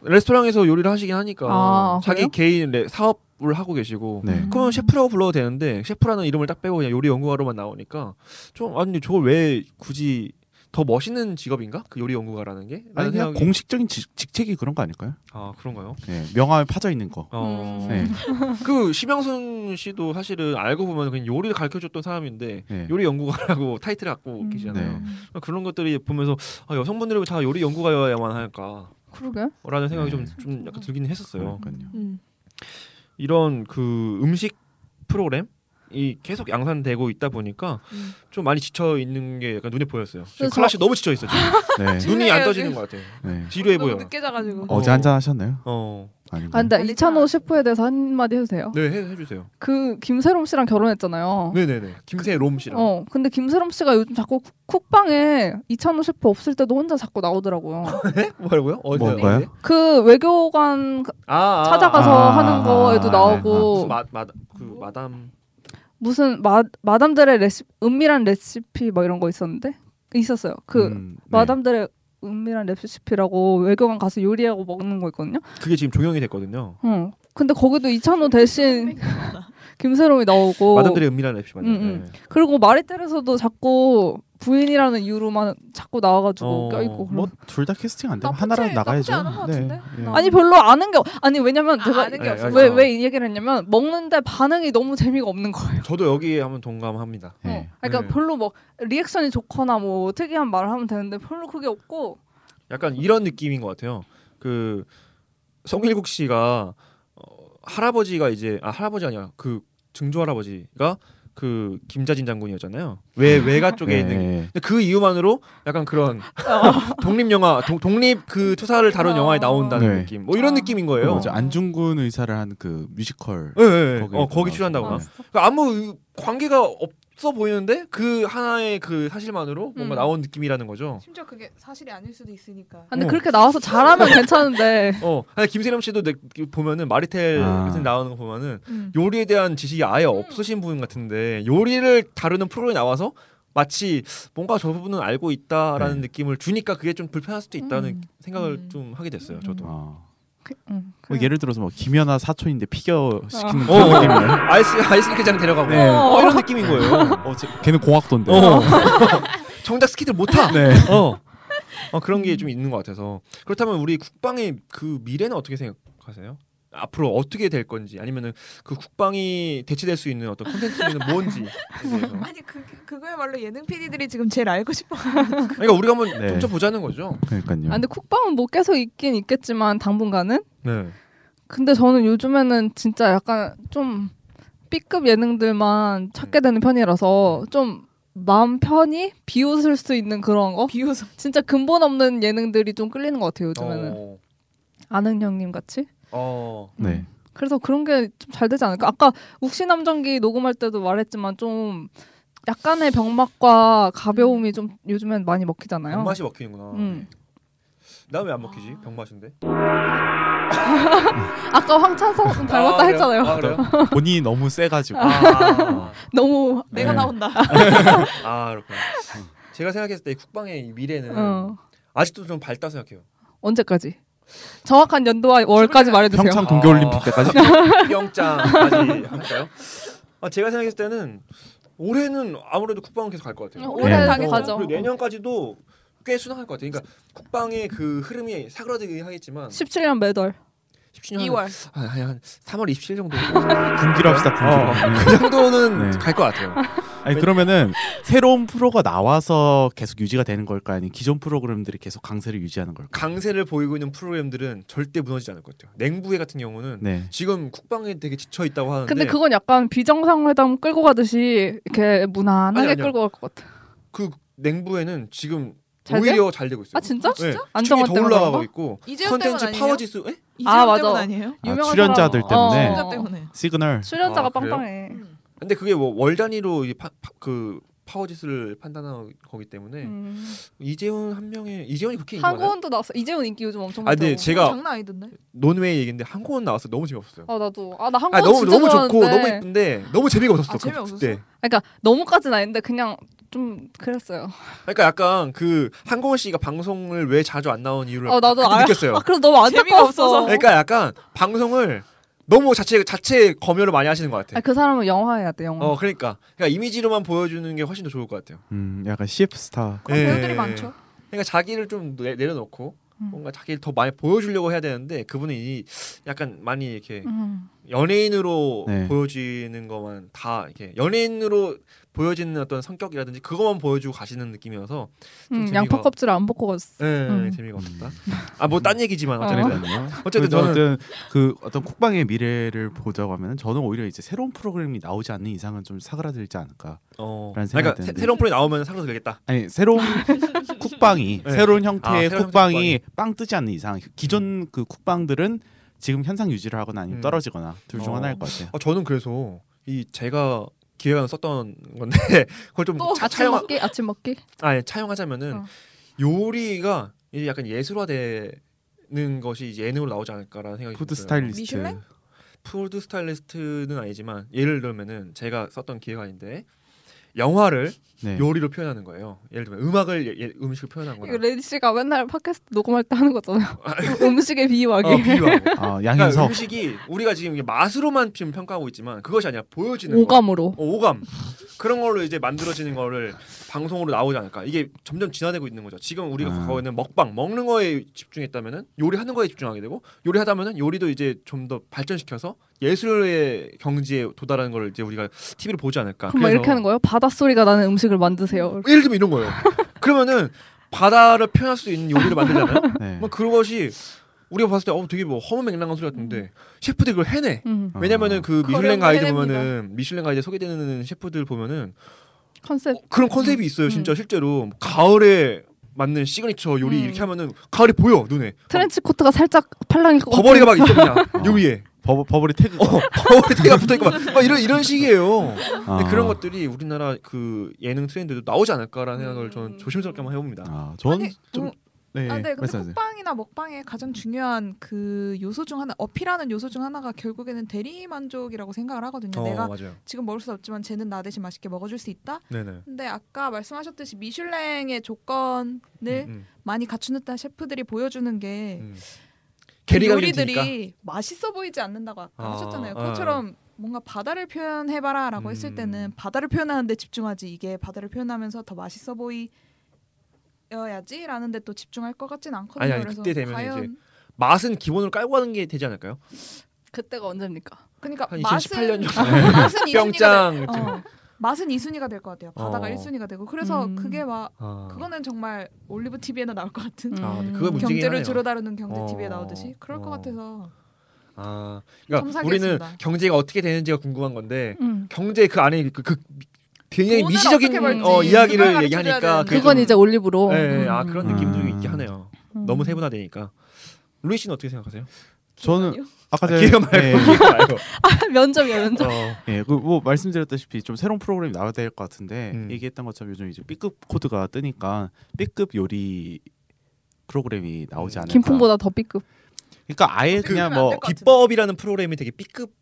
레스토랑에서 요리를 하시긴 하니까 아, 자기 그래요? 개인 레, 사업을 하고 계시고 네. 그러면 셰프라고 불러도 되는데 셰프라는 이름을 딱 빼고 그냥 요리 연구가로만 나오니까 좀 아니 저걸 왜 굳이 더 멋있는 직업인가? 그 요리 연구가라는 게? 아니 라는 그냥 생각이- 공식적인 직, 직책이 그런 거 아닐까요? 아 그런가요? 네. 명함에 파져 있는 거. 음. 어. 네. 그 심영순 씨도 사실은 알고 보면 그냥 요리를 가르쳐 줬던 사람인데 네. 요리 연구가라고 타이틀을 갖고 음. 계시잖아요. 그러니까 그런 것들이 보면서 아, 여성분들이 왜다 요리 연구가여야만 할까라는 그러게. 아, 생각이 좀, 네. 좀 음. 약간 들긴 했었어요. 그러니까요. 음. 이런 그 음식 프로그램 이 계속 양산되고 있다 보니까 음. 좀 많이 지쳐 있는 게 약간 눈에 보였어요. 지금 그래서- 클라시 너무 지쳐 있어 지금. 네. 눈이 안 지쳐요, 떠지는 지금. 것 같아요. 네. 지루해 너무 보여. 늦게 자가지고. 어. 어제 한잔 하셨나요? 어. 아닌가? 아 근데 알리지 2005 않아요. 셰프에 대해서 한마디 해도 돼요? 네, 해, 해주세요. 그 김세롬 씨랑 결혼했잖아요. 네네네. 김세 롬 씨랑. 어, 근데 김세롬 씨가 요즘 자꾸 쿡- 쿡방에 이찬호 셰프 없을 때도 혼자 자꾸 나오더라고요. 네? 뭐라고요? 어디 뭔가요? 어디? 그 외교관 아, 네. 아 찾아가서 아, 하는 거에도 아, 나오고 뭐? 무슨 마, 마, 그 마담 무슨 마, 마담들의 레시 은밀한 레시피 뭐 이런 거 있었는데 있었어요. 그 음, 네. 마담들의 은밀한 레시피라고 외교관 가서 요리하고 먹는 거 있거든요. 그게 지금 종영이 됐거든요. 응. 근데 거기도 이찬호 대신 김세롬이 나오고 마담들의 은밀한 랩시 맞아요. 뭐? 음, 음. 그리고 마리텔에서도 자꾸 부인이라는 이유로만 자꾸 나와가지고 어, 껴있고 그런. 뭐둘 다 캐스팅 안 되면 나쁘지- 하나라도 나쁘지 나가야죠. 않은 것 같은데? 예. 나- 아니 별로 아는 게 없- 아니 왜냐면 아, 제가 아는 네, 게 없어. 알겠어요. 왜 왜 이 얘기를 했냐면 먹는데 반응이 너무 재미가 없는 거예요. 네. 저도 여기에 한번 동감합니다. 예. 어, 그러니까 네. 별로 뭐 리액션이 좋거나 뭐 특이한 말을 하면 되는데 별로 그게 없고 약간 이런 느낌인 것 같아요. 그 성일국 씨가 어, 할아버지가 이제 아 할아버지 아니야 그 증조 할아버지가 그 김자진 장군이었잖아요. 외 외가 쪽에 있는. 예. 근데 그 이유만으로 약간 그런 독립 영화 동, 독립 그 투사를 다룬 어. 영화에 나온다는 네. 느낌. 뭐 이런 아. 느낌인 그 거예요. 뭐죠? 안중근 의사를 한 그 뮤지컬 예, 예, 예. 어, 나오고. 거기 출연한다거나. 네. 그러니까 아무 의- 관계가 없어 보이는데 그 하나의 그 사실만으로 뭔가 음. 나온 느낌이라는 거죠. 심지어 그게 사실이 아닐 수도 있으니까. 근데 어. 그렇게 나와서 잘하면 괜찮은데 어, 아니, 김세림 씨도 내, 그 보면은 마리텔 아. 같은 데 나오는 거 보면은 음. 요리에 대한 지식이 아예 없으신 분 같은데 요리를 다루는 프로그램에 나와서 마치 뭔가 저 부분은 알고 있다라는 네. 느낌을 주니까 그게 좀 불편할 수도 있다는 생각을 음. 좀 하게 됐어요. 저도. 아. 어, 그- 응, 뭐 그래요. 예를 들어서 뭐 김연아 사촌인데 피겨 시키는 어, 그런 느낌이에요. 아이스 아이스크장 데려가고 네. 어, 이런 느낌인 거예요. 어, 쟤- 걔는 공학도인데. 어. 정작 스키트를 못 타. 네. 어. 어 그런 게 좀 있는 것 같아서 그렇다면 우리 국방의 그 미래는 어떻게 생각하세요? 앞으로 어떻게 될 건지 아니면은 그 국방이 대체될 수 있는 어떤 콘텐츠는 뭔지 대해서. 아니 그 그거야말로 예능 PD들이 지금 제일 알고 싶어. 그러니까 우리가 한번 네. 쫓아보자는 거죠. 그러니까요. 음. 아, 근데 쿡방은 뭐 계속 있긴 있겠지만 당분간은 네. 근데 저는 요즘에는 진짜 약간 좀 B급 예능들만 찾게 네. 되는 편이라서 좀 마음 편히 비웃을 수 있는 그런 거 비웃음. 진짜 근본 없는 예능들이 좀 끌리는 것 같아요 요즘에는 어. 아는 형님 같이 어. 네. 그래서 그런 게 좀 잘 되지 않을까 아까 욱신함정기 녹음할 때도 말했지만 좀 약간의 병맛과 가벼움이 좀 요즘엔 많이 먹히잖아요 병맛이 먹히는구나. 음. 나 왜 안 먹히지? 병맛인데. 아까 황찬성 닮았다 아, 그래요? 했잖아요 아, 그래요? 본인이 너무 세가지고. 아, 너무 내가 네. 나온다. 아 그렇구나. 제가 생각했을 때 국방의 이 미래는 어. 아직도 좀 밝다 생각해요. 언제까지 정확한 연도와 월까지 말해주세요 평창 동계올림픽 때까지. 영장까지 할까요? 아, 제가 생각했을 때는 올해는 아무래도 국방은 계속 갈 것 같아요. 어, 올해 네. 당연히 가죠. 그리고 내년까지도 꽤 순항할 것 같아요. 그러니까 국방의 그 흐름이 사그라들긴 하겠지만 17년 매달 17년 2월. 한, 한, 한 3월 27일 정도 군기로 합시다, 어, 군기로. 네. 그 정도는 네. 갈 것 같아요. 아니, 그러면은 새로운 프로가 나와서 계속 유지가 되는 걸까? 아니면 기존 프로그램들이 계속 강세를 유지하는 걸까? 강세를 보이고 있는 프로그램들은 절대 무너지지 않을 것 같아요. 냉부회 같은 경우는 네. 지금 국방에 되게 지쳐 있다고 하는데 근데 그건 약간 비정상회담 끌고 가듯이 이렇게 무난하게 아니, 아니요. 끌고 갈 것 같아 그 냉부회는 지금 잘 돼? 오히려 잘 되고 있어요. 아 진짜? 네. 안정환 시청률이 더 때문에 올라가고 그런가? 있고 이재용 때문 컨텐츠 아니에요? 파워 지수 네. 예? 이재용 아, 맞아. 때문 아니에요? 아, 유명한 출연자들 사람. 때문에. 진짜 어. 때문에. 시그널. 출연자가 아, 그래요? 빵빵해 근데 그게 뭐 월 단위로 이게 파, 파, 그 파워지수를 판단하는 거기 때문에 음. 이재훈 한 명의 이재훈이 그렇게 인기 많아요? 한국원도 나왔어. 이재훈 인기 요즘 아, 엄청 많더라고. 네, 제가 장난 아니던데. 논외 얘기인데 한국은 나왔어 요 너무 재미없었어요. 아 나도 아 나 한국원 아 너무 진짜 너무 좋아하는데. 좋고 너무 예쁜데 너무 재미가 없었어. 아, 그- 재미없었어? 그때. 그러니까 너무까지는 아닌데 그냥 좀 그랬어요. 그러니까 약간 그 한국원 씨가 방송을 왜 자주 안 나온 이유를 아 나도 그때 아, 느꼈어요. 아 그래서 너무 재미가 안타까웠어. 없어서. 그러니까 약간 방송을 너무 자체 자체 검열을 많이 하시는 것 같아. 아, 요 그 사람은 영화해야 돼 영화. 어 그러니까 그러니까 이미지로만 보여주는 게 훨씬 더 좋을 것 같아요. 음, 약간 CF 스타. 그런 예. 배우들이 많죠. 그러니까 자기를 좀 내, 내려놓고 음. 뭔가 자기를 더 많이 보여주려고 해야 되는데 그분은 이 약간 많이 이렇게 음. 연예인으로 네. 보여지는 것만 다 이렇게 연예인으로 보여지는 어떤 성격이라든지 그것만 보여주고 가시는 느낌이어서 좀 음, 재미가- 양파 껍질 안 벗고 갔어. 네, 음. 재미가 없다. 아 뭐 딴 얘기지만 어. 어쨌든 어쨌든 그래서 저는 어떤 그 어떤 쿡방의 미래를 보자고 하면 저는 오히려 이제 새로운 프로그램이 나오지 않는 이상은 좀 사그라들지 않을까. 어, 라는 생각이 그러니까 새, 드는데. 새로운 프로그램 나오면 상도 들겠다. 아니 새로운 쿡방이 네. 새로운 아, 형태의 새로운 쿡방이 빵 뜨지 않는 이상 기존 그 쿡방들은 지금 현상 유지를 하거나 아니면 음. 떨어지거나 둘 중 어. 하나일 것 같아요. 아, 저는 그래서 이 제가 기획안 썼던 건데 그걸 좀 또 차, 아침 차용하, 먹기 아침 먹기. 아니, 예, 차용하자면은 어. 요리가 이제 약간 예술화되는 것이 이제 예능으로 나오지 않을까라는 생각이 푸드 들어요. 스타일리스트. 미슐랭? 푸드 스타일리스트는 아니지만 예를 들면은 제가 썼던 기획안인데 영화를 네. 요리로 표현하는 거예요. 예를 들면 음악을 예- 예- 음식으로 표현한 거나 이거 레디 씨가 맨날 팟캐스트 녹음할 때 하는 거잖아요. 그 음식의 비유하기. 어, 비유하고. 아, 그러니까 양현석 음식이 우리가 지금 이게 맛으로만 지금 평가하고 있지만 그것이 아니라 보여지는 거. 오감으로. 어, 오감 그런 걸로 이제 만들어지는 거를 방송으로 나오지 않을까 이게 점점 진화되고 있는 거죠 지금 우리가 아. 가고 있는 먹방 먹는 거에 집중했다면은 요리하는 거에 집중하게 되고 요리하다면은 요리도 이제 좀 더 발전시켜서 예술의 경지에 도달하는 걸 이제 우리가 TV를 보지 않을까 그럼 막 이렇게 하는 거예요? 바닷소리가 나는 음식을 만드세요. 예를 들면 이런 거예요 그러면은 바다를 표현할 수 있는 요리를 만들잖아요 네. 뭐 그런 것이 우리가 봤을 때 어 되게 뭐 허무맹랑한 소리 같은데 셰프들이 그걸 해내 음. 왜냐면은 어. 그 어려운 미슐랭 거 가이드 해냅니다. 보면은 미슐랭 가이드 소개되는 셰프들 보면은 컨셉. 어, 그런 컨셉이 있어요 음. 진짜 실제로 가을에 맞는 시그니처 요리 음. 이렇게 하면은 가을이 보여 눈에 트렌치 코트가 살짝 팔랑일 것 같은. 버버리가 막 있어 그냥 어. 요리에 버버 버버리 태그. 어, 버버리가 붙어 있고 막, 막 이런 이런 식이에요 근데 아. 그런 것들이 우리나라 그 예능 트렌드도 나오지 않을까라는 생각을 음. 저는 조심스럽게만 해봅니다 아, 아니, 전좀 음, 네. 예, 아, 네. 근데 말씀하세요. 쿡방이나 먹방의 가장 중요한 그 요소 중 하나, 어필하는 요소 중 하나가 결국에는 대리 만족이라고 생각을 하거든요. 어. 내가 맞아요 지금 먹을 수 없지만 쟤는 나 대신 맛있게 먹어줄 수 있다. 네네 근데 아까 말씀하셨듯이 미슐랭의 조건을 음, 많이 갖춘 듯한 셰프들이 보여주는 게 음. 그 게리가 요리들이 요리들이 맛있어 보이지 않는다고 아까 아, 하셨잖아요. 아. 그것처럼 뭔가 바다를 표현해봐라라고 했을 음. 때는 바다를 표현하는데 집중하지 이게 바다를 표현하면서 더 맛있어 보이어야지라는데 또 집중할 것 같진 않거든요. 아니, 아니, 그래서 그때 되면 과연 이제 맛은 기본으로 깔고 하는 게 되지 않을까요? 그때가 언제입니까? 그러니까 한 맛은 2018년 맛은 이순위가 병짱 될- 어, 맛은 2순위가 될 것 같아요. 바다가 어. 1순위가 되고 그래서 음. 그게 막 아. 그거는 정말 올리브 TV에나 나올 것 같은 아, 근데 그거 문제긴 경제를 하네요. 주로 다루는 경제 어. TV에 나오듯이 그럴 것 어. 같아서 아, 그러니까 우리는 첨삭이었습니다. 경제가 어떻게 되는지가 궁금한 건데 음. 경제 그 안에 그, 그 굉장히 돈을 미시적인 어떻게 벌지, 어, 그걸 이야기를 가르쳐줘야 얘기하니까 그게 그건 좀- 이제 올리브로. 예, 예, 아 음. 그런 음. 느낌도 좀 있긴 하네요. 음. 너무 세분화되니까. 루이 씨는 어떻게 생각하세요? 저는 아까 아, 전에 기회 말고 기회 네. 말고. 면접이야 면접. 어. 예, 그 뭐 말씀드렸다시피 좀 새로운 프로그램이 나와야 될 것 같은데 음. 얘기했던 것처럼 요즘 이제 B급 코드가 뜨니까 B급 요리 프로그램이 나오지 음. 않을까. 김풍보다 더 B급. 그러니까 아예 그- 그러면 안 그냥 될 뭐 것 비법이라는 프로그램이 되게 B급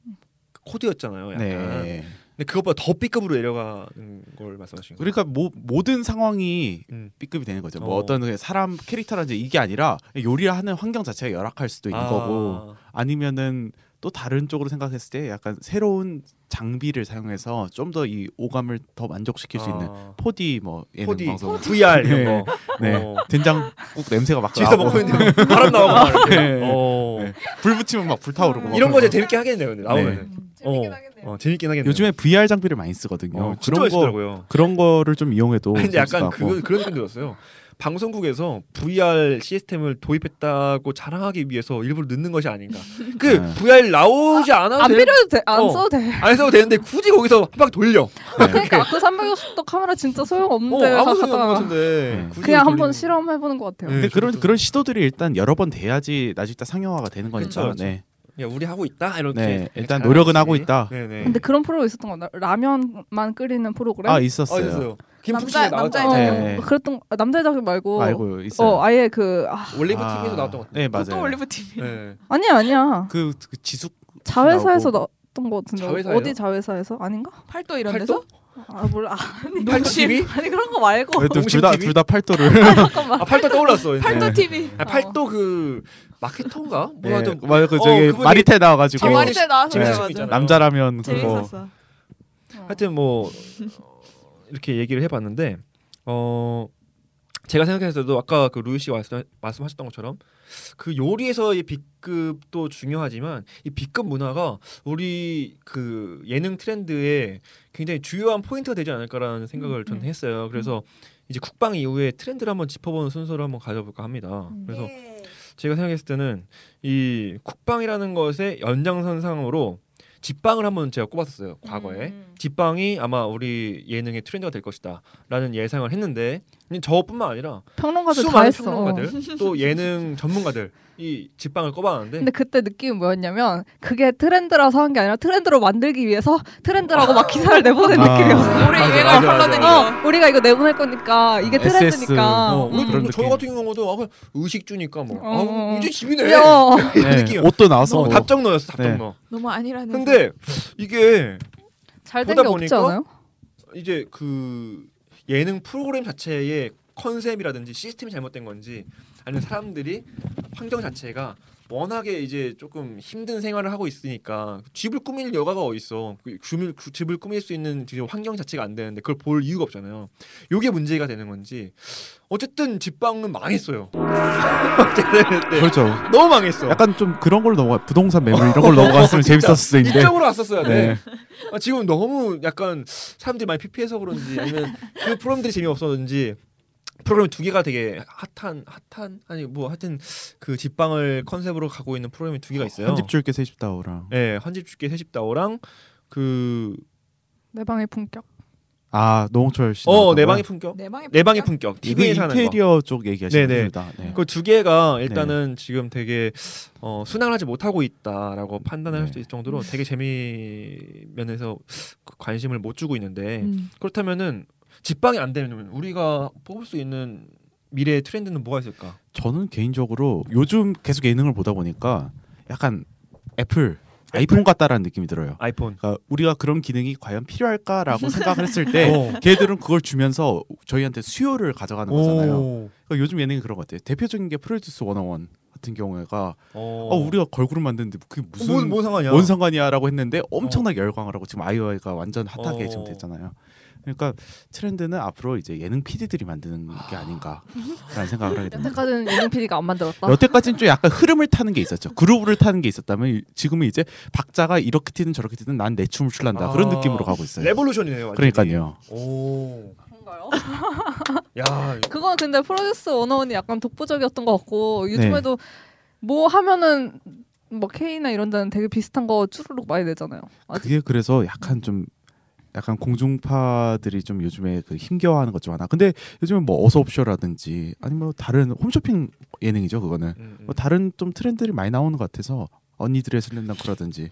코드였잖아요. 약간. 네. 근데 그것보다 더 B급으로 내려가는 걸 말씀하신 거예요. 그러니까 뭐 모든 상황이 음. B급이 되는 거죠. 뭐 어. 어떤 그냥 사람 캐릭터라든지 이게 아니라 요리하는 환경 자체가 열악할 수도 아. 있는 거고 아니면은 또 다른 쪽으로 생각했을 때 약간 새로운 장비를 사용해서 좀 더 이 오감을 더 만족시킬 수 아. 있는 4D 뭐 예능 4D, 방송 VR 이런 거. 네. 어. 된장국 냄새가 막 집에서 나고 먹으면 돼요. 바람 나오고 막 이렇게. 네. 어. 네. 불 붙이면 막 불타오르고 막 이런 그런 거 이제 재밌게 하겠네요. 근데 나오면. 재밌긴 하겠네요. 어, 재밌긴 하겠네요. 요즘에 VR 장비를 많이 쓰거든요. 어, 진짜 그런 거 맛있더라고요. 그런 거를 좀 이용해도 근데 약간 재밌을 것 같고. 그, 그런 느낌 들었어요. 방송국에서 VR 시스템을 도입했다고 자랑하기 위해서 일부러 넣는 것이 아닌가. 그 네. VR 나오지 않아도 안 돼- 필요도 돼, 안 어. 써도 돼. 안 써도 되는데 굳이 거기서 한 방 돌려. 네. 그러니까 그 360도 카메라 진짜 소용 어, 없는데 아무 생각 갔다가 없는데 네. 네, 그냥 한번 실험해보는 것 같아요. 근데 네, 그런 저도- 그런 시도들이 일단 여러 번 돼야지 나중에 다 상용화가 되는 거니까. 그쵸, 그쵸. 네. 야, 우리 하고 있다 이렇게. 네, 일단 잘하지. 노력은 하고 있다. 네네. 근데 그런 프로 있었던 거 같나? 라면만 끓이는 프로그램? 아 어, 있었어요. 있어요. 김풍 남자- 씨가 나왔죠. 남자의 자격. 네. 그랬던 아, 남자의 자격 말고 알고 있어요. 어 아예 그 아, 올리브 TV에서 나왔던 것 같아요. 네 또 맞아요. 올리브 TV. 네. 아니야 아니야 그, 그 지숙 자회사에서 나왔던 것 같은데 자회사예요? 어디 자회사에서 아닌가? 팔도 이런 팔도? 데서? 아 몰라 아니 팔도 TV? 아니 그런 거 말고 둘다둘다 동심 TV? 팔도를 아 팔도 떠올랐어. 이제. 팔도 TV. 아, 팔도 그 마케터인가? 뭐가 네. 좀 맞아요. 그 어, 저기 그분이- 마리테 나와가지고 어, 마리테 나와서 재밌는 맞아. 있잖아요. 남자라면 그거 재밌었어. 하여튼 뭐 어, 이렇게 얘기를 해봤는데 어 제가 생각했을 때도 아까 그 루이 씨가 말씀, 말씀하셨던 것처럼 그 요리에서의 B급도 중요하지만 이 B급 문화가 우리 그 예능 트렌드에 굉장히 주요한 포인트가 되지 않을까라는 생각을 저는 음. 했어요. 그래서 이제 국방 이후에 트렌드를 한번 짚어보는 순서를 한번 가져볼까 합니다. 음. 그래서 제가 생각했을 때는 이 국방이라는 것의 연장선상으로 집방을 한번 제가 꼽았었어요. 과거에. 음. 집방이 아마 우리 예능의 트렌드가 될 것이다라는 예상을 했는데 근데 저뿐만 아니라 평론가들 다 수많은 했어. 평론가들 또 예능 전문가들 이 집방을 꼽았는데 근데 그때 느낌이 뭐였냐면 그게 트렌드라서 한 게 아니라 트렌드로 만들기 위해서 트렌드라고 막 기사를 내보낸 아. 느낌이었어. 올해 맞아, 유행할 맞아, 맞아, 맞아. 컬러들이요. 어, 우리가 이거 내보낼 거니까 이게 SS. 트렌드니까. 어, 음. 그런 우리 저 느낌. 같은 경우도 아, 그냥 의식주니까 뭐 어. 아, 이제 집이네 야, 어. 그 느낌이야. 옷도 나와서 어, 답정너였어 답정너 너무 아니라는. 근데 이게 잘된 게 보다 없지 보니까 않아요? 이제 그 예능 프로그램 자체의 컨셉이라든지 시스템이 잘못된 건지 아니면 사람들이 환경 자체가 워낙에 이제 조금 힘든 생활을 하고 있으니까 집을 꾸밀 여가가 어디 있어? 그 주밀- 그 집을 꾸밀 수 있는 지금 환경 자체가 안 되는데 그걸 볼 이유가 없잖아요. 요게 문제가 되는 건지 어쨌든 집방은 망했어요. 어쨌든 네. 그렇죠. 너무 망했어. 약간 좀 그런 걸로 넘어가 부동산 매물 이런 걸로 넘어갔으면 재밌었을 텐데. 이쪽으로 왔었어야 돼. 네. 아, 지금 너무 약간 사람들이 많이 피폐해서 그런지 아니면 그 프로그램들이 재미없었는지 프로그램 두 개가 되게 핫한 핫한 아니 뭐 하여튼 그 집방을 컨셉으로 가고 있는 프로그램이 두 개가 있어요. 한집 줄게 세 십다오랑. 네, 한집 줄게 새집다오랑 그 내 방의 품격. 아 노홍철 씨. 어, 나왔던 내 거야? 방의 품격. 그 내 방에 내 방의 품격. TV에 네. 이거 사는 거. 인테리어 쪽 얘기하시는 네네. 분이다. 네. 그 두 개가 일단은 지금 되게 어, 순항을 하지 못하고 있다라고 판단을 할 수 네. 있을 정도로 되게 재미 면에서 그 관심을 못 주고 있는데 음. 그렇다면은 집방이 안 되면 우리가 뽑을 수 있는 미래의 트렌드는 뭐가 있을까? 저는 개인적으로 요즘 계속 예능을 보다 보니까 약간 애플 아이폰 같다라는 느낌이 들어요. 아이폰. 그러니까 우리가 그런 기능이 과연 필요할까라고 생각을 했을 때 네. 걔들은 그걸 주면서 저희한테 수요를 가져가는 거잖아요. 오. 그러니까 요즘 예능이 그런 것 같아요. 대표적인 게 프로듀스 101 같은 경우가 어. 어, 우리가 걸그룹 만드는데 그게 무슨 뭔, 뭔 상관이야? 뭔 상관이야라고 했는데 엄청나게 열광을 하고 지금 아이오아이가 완전 핫하게 어. 지금 됐잖아요. 그러니까 트렌드는 앞으로 이제 예능 PD들이 만드는 게 아. 아닌가라는 생각을 하게 됩니다. 여태까지는 예능 PD가 안 만들었다. 여태까지는 좀 약간 흐름을 타는 게 있었죠. 그루브를 타는 게 있었다면 지금은 이제 박자가 이렇게 튀든 저렇게 튀든 난 내 춤을 출란다 그런 아, 느낌으로 가고 있어요. 레볼루션이네요. 완전히. 그러니까요. 오. 그런가요? 야. 그건 근데 프로듀스 원어원이 약간 독보적이었던 것 같고 요즘에도 뭐 하면은 뭐 K나 이런 데는 되게 비슷한 거 쭈루룩 많이 내잖아요. 아직 그게 그래서 약간 좀 약간 공중파들이 좀 요즘에 그 힘겨워하는 것 중 하나. 근데 요즘에 뭐 어서옵쇼라든지 아니면 뭐 다른 홈쇼핑 예능이죠 그거는. 음, 음. 뭐 다른 좀 트렌드들이 많이 나오는 것 같아서 언니들의 슬램덩크라든지.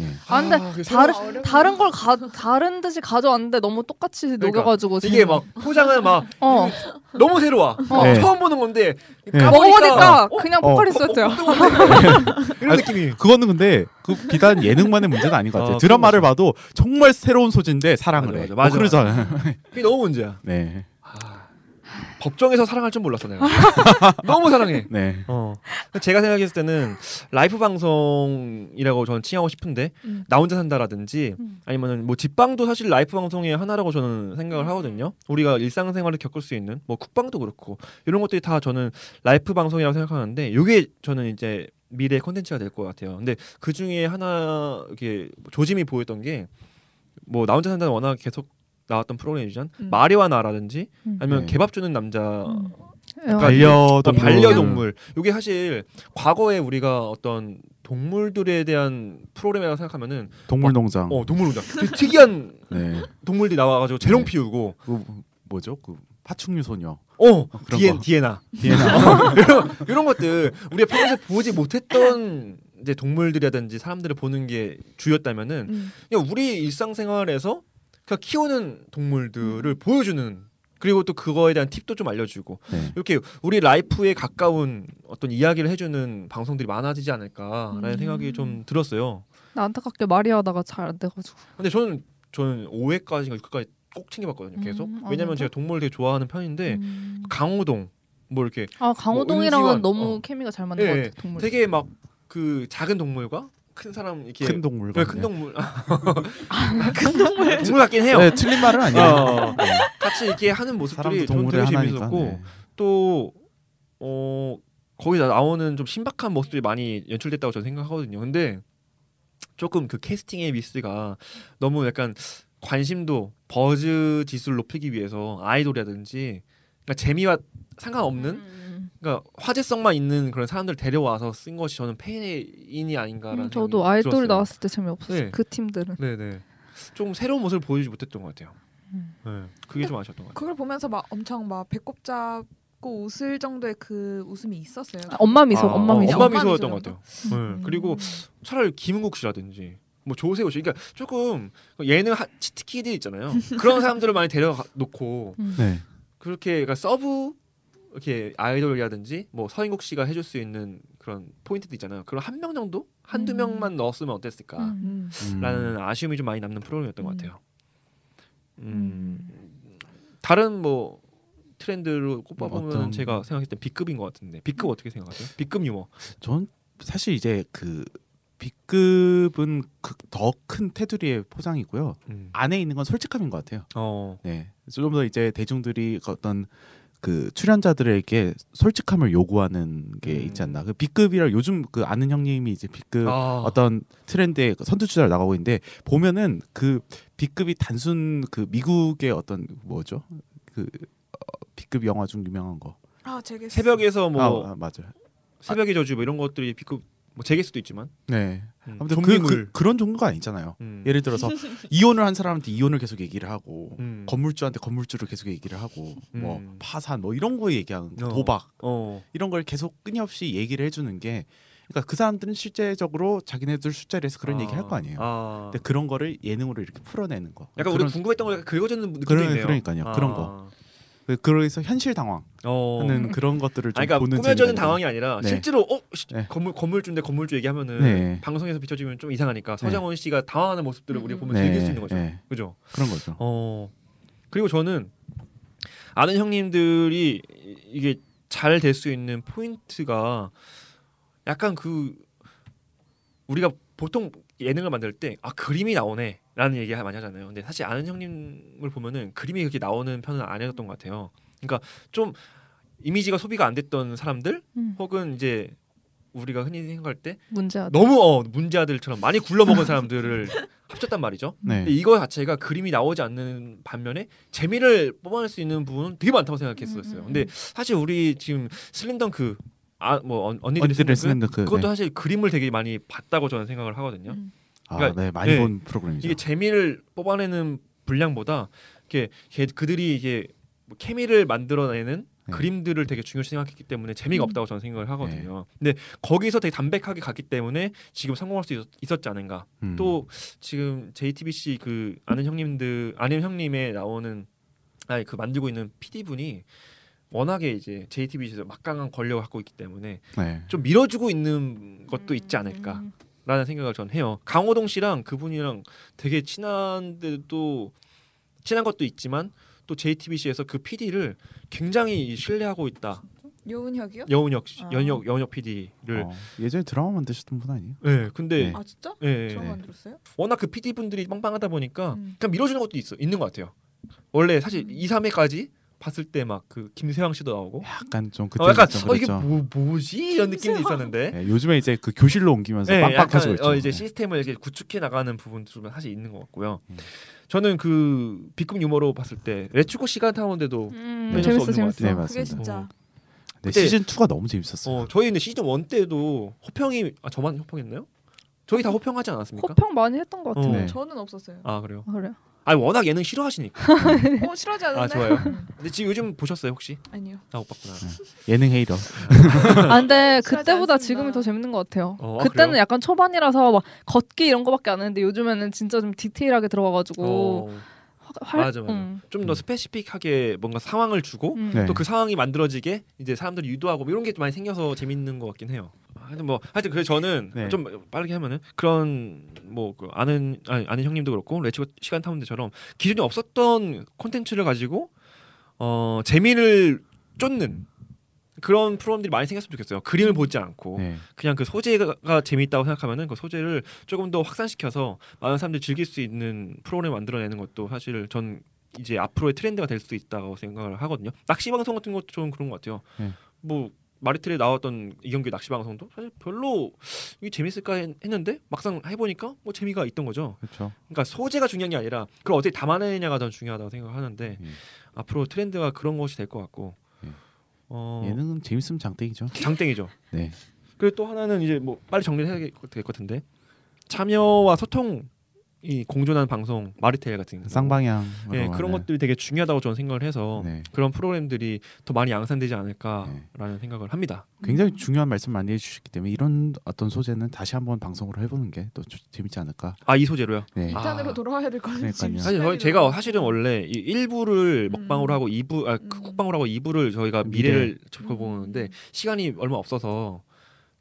예. 아, 근데 그게 새로운- 다른 다른 걸 가, 다른 듯이 가져왔는데 너무 똑같이 녹여가지고 그러니까 이게 막 네. 포장을 막 어. 너무 새로워. 어. 네. 처음 보는 건데 네. 먹어보니까 어? 그냥 어. 포카리스였어요. 이런 아, 느낌이. 그거는 근데 그 비단 예능만의 문제는 아닌 것 같아요. 아, 드라마를 봐도 정말 새로운 소재인데 사랑을 맞아, 맞아, 해. 뭐 그러잖아요. 그게 너무 문제야. 네, 아, 법정에서 사랑할 줄 몰랐어 내가. 너무 사랑해. 네. 어. 제가 생각했을 때는 라이프 방송이라고 저는 칭하고 싶은데 음. 나 혼자 산다라든지 음. 아니면은 뭐 집방도 사실 라이프 방송의 하나라고 저는 생각을 음. 하거든요. 우리가 일상생활을 겪을 수 있는 뭐 국방도 그렇고 이런 것들이 다 저는 라이프 방송이라고 생각하는데 이게 저는 이제 미래의 콘텐츠가 될 것 같아요. 근데 그 중에 하나 이게 조짐이 보였던 게 뭐 나 혼자 산다는 워낙 계속 나왔던 프로그램이지만 음. 마리와나라든지 음. 아니면 네. 개밥 주는 남자 음. 어. 또 반려동물. 아, 반려동물 이게 사실 과거에 우리가 어떤 동물들에 대한 프로그램이라고 생각하면은 음. 아, 동물농장. 어 동물이다 특이한 네. 동물들이 나와가지고 재롱 네. 피우고 그 뭐죠? 그 파충류 소녀. 어 아, 그런 디엔 거. 디에나 디에나. 이런, 이런 것들 우리가 평소에 보지 못했던 이제 동물들이라든지 사람들을 보는 게 주였다면은 음. 그냥 우리 일상생활에서 그냥 키우는 동물들을 보여주는 그리고 또 그거에 대한 팁도 좀 알려주고 네. 이렇게 우리 라이프에 가까운 어떤 이야기를 해주는 방송들이 많아지지 않을까라는 음. 생각이 좀 들었어요. 나 안타깝게 마리아다가 잘 안 돼가지고 근데 저는 저는 5회까지인가 6회까지 꼭 챙겨봤거든요. 계속 음, 아, 왜냐면 진짜? 제가 동물을 되게 좋아하는 편인데 음. 강호동 네. 그 뭐 이렇게 아 강호동이랑은 은지원, 너무 어. 케미가 잘 네, 맞는 예, 것 예. 같아 동물 되게 막 그 작은 동물과 큰 사람 이렇게 큰 동물. 네, 큰 동물 아, 큰 동물 동물 같긴 해요. 네, 틀린 말은 아니에요. 어. 같이 이렇게 하는 모습들이 저는 네. 사람도 동물의 되게 하나니까. 재밌었고 네. 또 어, 거기다 나오는 좀 신박한 모습들이 많이 연출됐다고 저는 생각하거든요. 근데 조금 그 캐스팅의 미스가 너무 약간 관심도 버즈 지수를 높이기 위해서 아이돌이라든지 그러니까 재미와 음, 상관없는 그러니까 화제성만 있는 그런 사람들 을 데려와서 쓴 것이 저는 페인이 아닌가라는 음, 저도 생각이 아이돌 들었어요. 나왔을 때 재미없었어요. 네. 그 팀들은. 네네 좀 새로운 모습을 보여주지 못했던 것 같아요. 음. 네, 그게 좀 아쉬웠던 것 같아요. 그걸 보면서 막 엄청 막 배꼽 잡고 웃을 정도의 그 웃음이 있었어요. 아, 엄마 미소, 아, 엄마 어, 미소. 엄마 엄마 미소 미소였던 것 같아요. 네, 그리고 음. 차라리 김은국 씨라든지 뭐 조세호 씨, 그러니까 조금 예능 하- 치트키들 있잖아요. 그런 사람들을 많이 데려놓고 음. 네. 그렇게 그러니까 서브 이렇게 아이돌이라든지 뭐 서인국 씨가 해줄 수 있는 그런 포인트도 있잖아요. 그런 한 명 정도, 한두 음. 명만 넣었으면 어땠을까라는 음. 음. 음. 아쉬움이 좀 많이 남는 프로그램이었던 것 음. 같아요. 음, 다른 뭐 트렌드로 꼽아보면 어떤- 제가 생각했던 B급인 것 같은데 B급 어떻게 생각하세요? B급 유머. 전 사실 이제 그 B급은 더 큰 테두리의 포장이고요. 음. 안에 있는 건 솔직함인 것 같아요. 어, 네. 좀 더 이제 대중들이 그 어떤 그 출연자들에게 솔직함을 요구하는 게 음. 있지 않나. 그 B급이라 요즘 그 아는 형님이 이제 B급 아. 그 어떤 트렌드에 그 선두주자로 나가고 있는데 보면은 그 B급이 단순 그 미국의 어떤 뭐죠? 그 어, B급 영화 중 유명한 거. 아, 제게 새벽에서 뭐 아, 아, 맞아요. 새벽의 저주 뭐 이런 것들이 B급 뭐 제게 수도 있지만 네. 음, 아무튼 그, 좀비물. 그 그런 종류가 아니잖아요. 음. 예를 들어서 이혼을 한 사람한테 이혼을 계속 얘기를 하고 음. 건물주한테 건물주한테 건물주를 계속 얘기를 하고 뭐 음. 파산 뭐 이런 거 얘기하는 거, 어. 도박 어. 이런 걸 계속 끊임없이 얘기를 해주는 게 그러니까 그 사람들은 실제적으로 자기네들 술자리에서 그런 아. 얘기 할 거 아니에요. 아. 근데 그런 거를 예능으로 이렇게 풀어내는 거. 약간 우리 그런, 가 궁금했던 걸 긁어주는 느낌이 그런- 있네요. 아. 그러니까요. 그런 거. 그- 그래서 현실 당황 어. 하는 그런 것들을 좀 아니, 그러니까 보는 꾸며주는 재미가 당황이 아니라 네. 실제로 어 시- 네. 건물 건물주인데 건물주 얘기하면은 네. 방송에서 비춰지면 좀 이상하니까 서장훈 씨가 당황하는 모습들을 우리가 보면 네, 즐길 수 있는 거죠. 네. 그죠? 있는 그런 거죠. 어. 그리고 저는 아는 형님들이 이- 이게 잘 될 수 있는 포인트가 약간 그 우리가 보통 예능을 만들 때 아 그림이 나오네라는 얘기 많이 하잖아요. 근데 사실 아는 형님을 보면은 그림이 그렇게 나오는 편은 아니었던 것 같아요. 그러니까 좀 이미지가 소비가 안 됐던 사람들 음. 혹은 이제 우리가 흔히 생각할 때 문제가 너무 어 문제아들처럼 많이 굴러먹은 사람들을 합쳤단 말이죠. 네. 근데 이거 자체가 그림이 나오지 않는 반면에 재미를 뽑아낼 수 있는 부분은 되게 많다고 생각했었어요. 음, 음. 근데 사실 우리 지금 슬램덩크 아뭐 언니들이 언니들의 슬램덩크 쓰는 그 그것도 네. 사실 그림을 되게 많이 봤다고 저는 생각을 하거든요. 음. 아, 그러니까- 네. 많이 네. 본 프로그램이죠. 이게 재미를 뽑아내는 분량보다 이렇게 걔- 그들이 이게 뭐 케미를 만들어내는 네. 그림들을 되게 중요시 생각했기 때문에 재미가 없다고 저는 생각을 하거든요. 근데 거기서 되게 담백하게 갔기 때문에 지금 성공할 수 있었, 지 않은가. 음. 또 지금 JTBC 그 아는 형님들 아는 형님에 나오는 아니 그 만들고 있는 PD 분이 워낙에 이제 JTBC에서 막강한 권력을 갖고 있기 때문에 네. 좀 밀어주고 있는 음, 것도 있지 않을까. 라는 생각을 전 해요. 강호동 씨랑 그분이랑 되게 친한데도 친한 것도 있지만 또 JTBC에서 그 PD를 굉장히 신뢰하고 있다. 여운혁이요? 여운혁 씨- 아. 연혁 연혁 PD를. 어, 예전에 드라마 만드셨던 분 아니에요? 네, 근데 네. 아, 진짜? 예, 저거 예. 안 들었어요? 워낙 그 PD 분들이 빵빵하다 보니까 음. 그냥 밀어주는 것도 있어 있는 것 같아요. 원래 사실 음. 2, 3회까지 봤을 때 막 그 김세왕 씨도 나오고 약간 좀 그때 어, 약간 좀 어, 이게 그랬죠. 뭐 뭐지 이런 느낌도 있었는데 네, 요즘에 이제 그 교실로 옮기면서 네, 빡빡해지고 약간, 있죠. 어, 이제 네. 시스템을 이렇게 구축해 나가는 부분도 좀 사실 있는 것 같고요. 음. 저는 그 B급 유머로 봤을 때 레츠고 시간 타운데도 음, 빼놓을 수 없는 재밌어 것 재밌어. 네, 그게 맞습니다. 진짜 어. 네, 그때- 시즌 2가 너무 재밌었어요. 어, 저희 근데 시즌 1 때도 호평이 아 저만 호평했나요? 저희 다 호평하지 않았습니까? 호평 많이 했던 것 같아요. 어. 네. 저는 없었어요. 아 그래요. 아, 그래요? 아 워낙 예능 싫어하시니까. 어, 싫어하지 않았나요? 아 좋아요. 음, 근데 지금 요즘 보셨어요 혹시? 아니요. 아 못 봤구나. 예능 헤이러. 아 근데 그때보다 않습니다. 지금이 더 재밌는 것 같아요. 어, 아, 그때는 그래요? 약간 초반이라서 막 걷기 이런 거밖에 안 했는데 요즘에는 진짜 좀 디테일하게 들어가가지고 어, 화- 활- 맞아, 맞아. 음, 좀더 음. 스페시픽하게 뭔가 상황을 주고 음. 네. 또 그 상황이 만들어지게 이제 사람들이 유도하고 뭐 이런 게 많이 생겨서 재밌는 것 같긴 해요. 하여튼 뭐 하여튼 그래 서 저는 네. 좀 빠르게 하면은 그런 뭐그 아는 아니, 아는 형님도 그렇고 레츠고 시간 타운데처럼 기존에 없었던 콘텐츠를 가지고 어 재미를 쫓는 그런 프로그램들이 많이 생겼으면 좋겠어요. 그림을 보지 않고 네. 그냥 그 소재가 재미있다고 생각하면은 그 소재를 조금 더 확산시켜서 많은 사람들이 즐길 수 있는 프로그램 만들어내는 것도 사실 전 이제 앞으로의 트렌드가 될 수도 있다고 생각을 하거든요. 낚시 방송 같은 것도 좀 그런 것 같아요. 네. 뭐 마리틀에 나왔던 이경규 낚시 방송도 사실 별로 이게 재밌을까 했- 했는데 막상 해보니까 뭐 재미가 있던 거죠. 그렇죠. 그러니까 소재가 중요한 게 아니라 그걸 어떻게 담아내느냐가 더 중요하다고 생각하는데 음. 앞으로 트렌드가 그런 것이 될 것 같고 음. 어, 예능은 재밌으면 장땡이죠. 장땡이죠. 네. 그리고 또 하나는 이제 뭐 빨리 정리해야 될 것 같은데 참여와 소통이 공존한 방송 마리텔 같은 경우. 쌍방향. 예, 그런 것들이 되게 중요하다고 저는 생각을 해서 네. 그런 프로그램들이 더 많이 양산되지 않을까라는 생각을 합니다. 굉장히 중요한 말씀 많이 해주셨기 때문에 이런 어떤 소재는 다시 한번 방송으로 해보는 게 또 재밌지 않을까. 아 이 소재로요. 네. 아. 인탄으로 돌아와야 될 거는 지금 그러니까요. 사실 저희 시간이 제가 너무- 사실은 원래 이 1부를 먹방으로 음. 하고 2부 아, 음. 국방으로 하고 2부를 저희가 미래. 미래를 접해보는데 시간이 얼마 없어서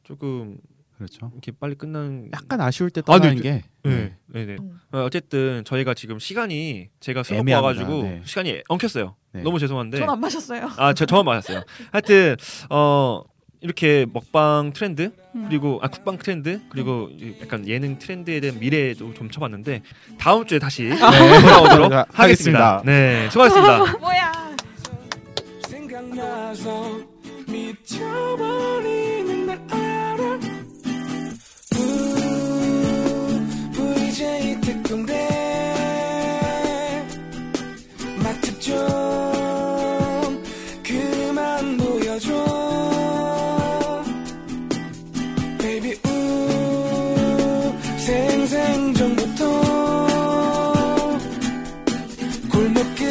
조금 그렇죠. 이렇게 빨리 끝난 약간 아쉬울 때 아니, 떠나는 게 네. 네. 네. 음. 어, 어쨌든 저희가 지금 시간이 제가 술 먹고 애매합니다. 와가지고 네. 시간이 엉켰어요. 네. 너무 죄송한데 전안 마셨어요. 아, 저 저만 맞았어요. 하여튼 어 이렇게 먹방 트렌드 음. 그리고 아 국방 트렌드 그리고 이 약간 예능 트렌드에 대한 미래도 좀 쳐봤는데 다음 주에 다시 돌아오도록 네. 하겠습니다. 하겠습니다. 네, 수고하셨습니다. 뭐야? 생각나서 미쳐버리는 날 알아 부- VJ 특공대 맛집 좀 그만 보여줘 Baby 우 생생정보통 골목길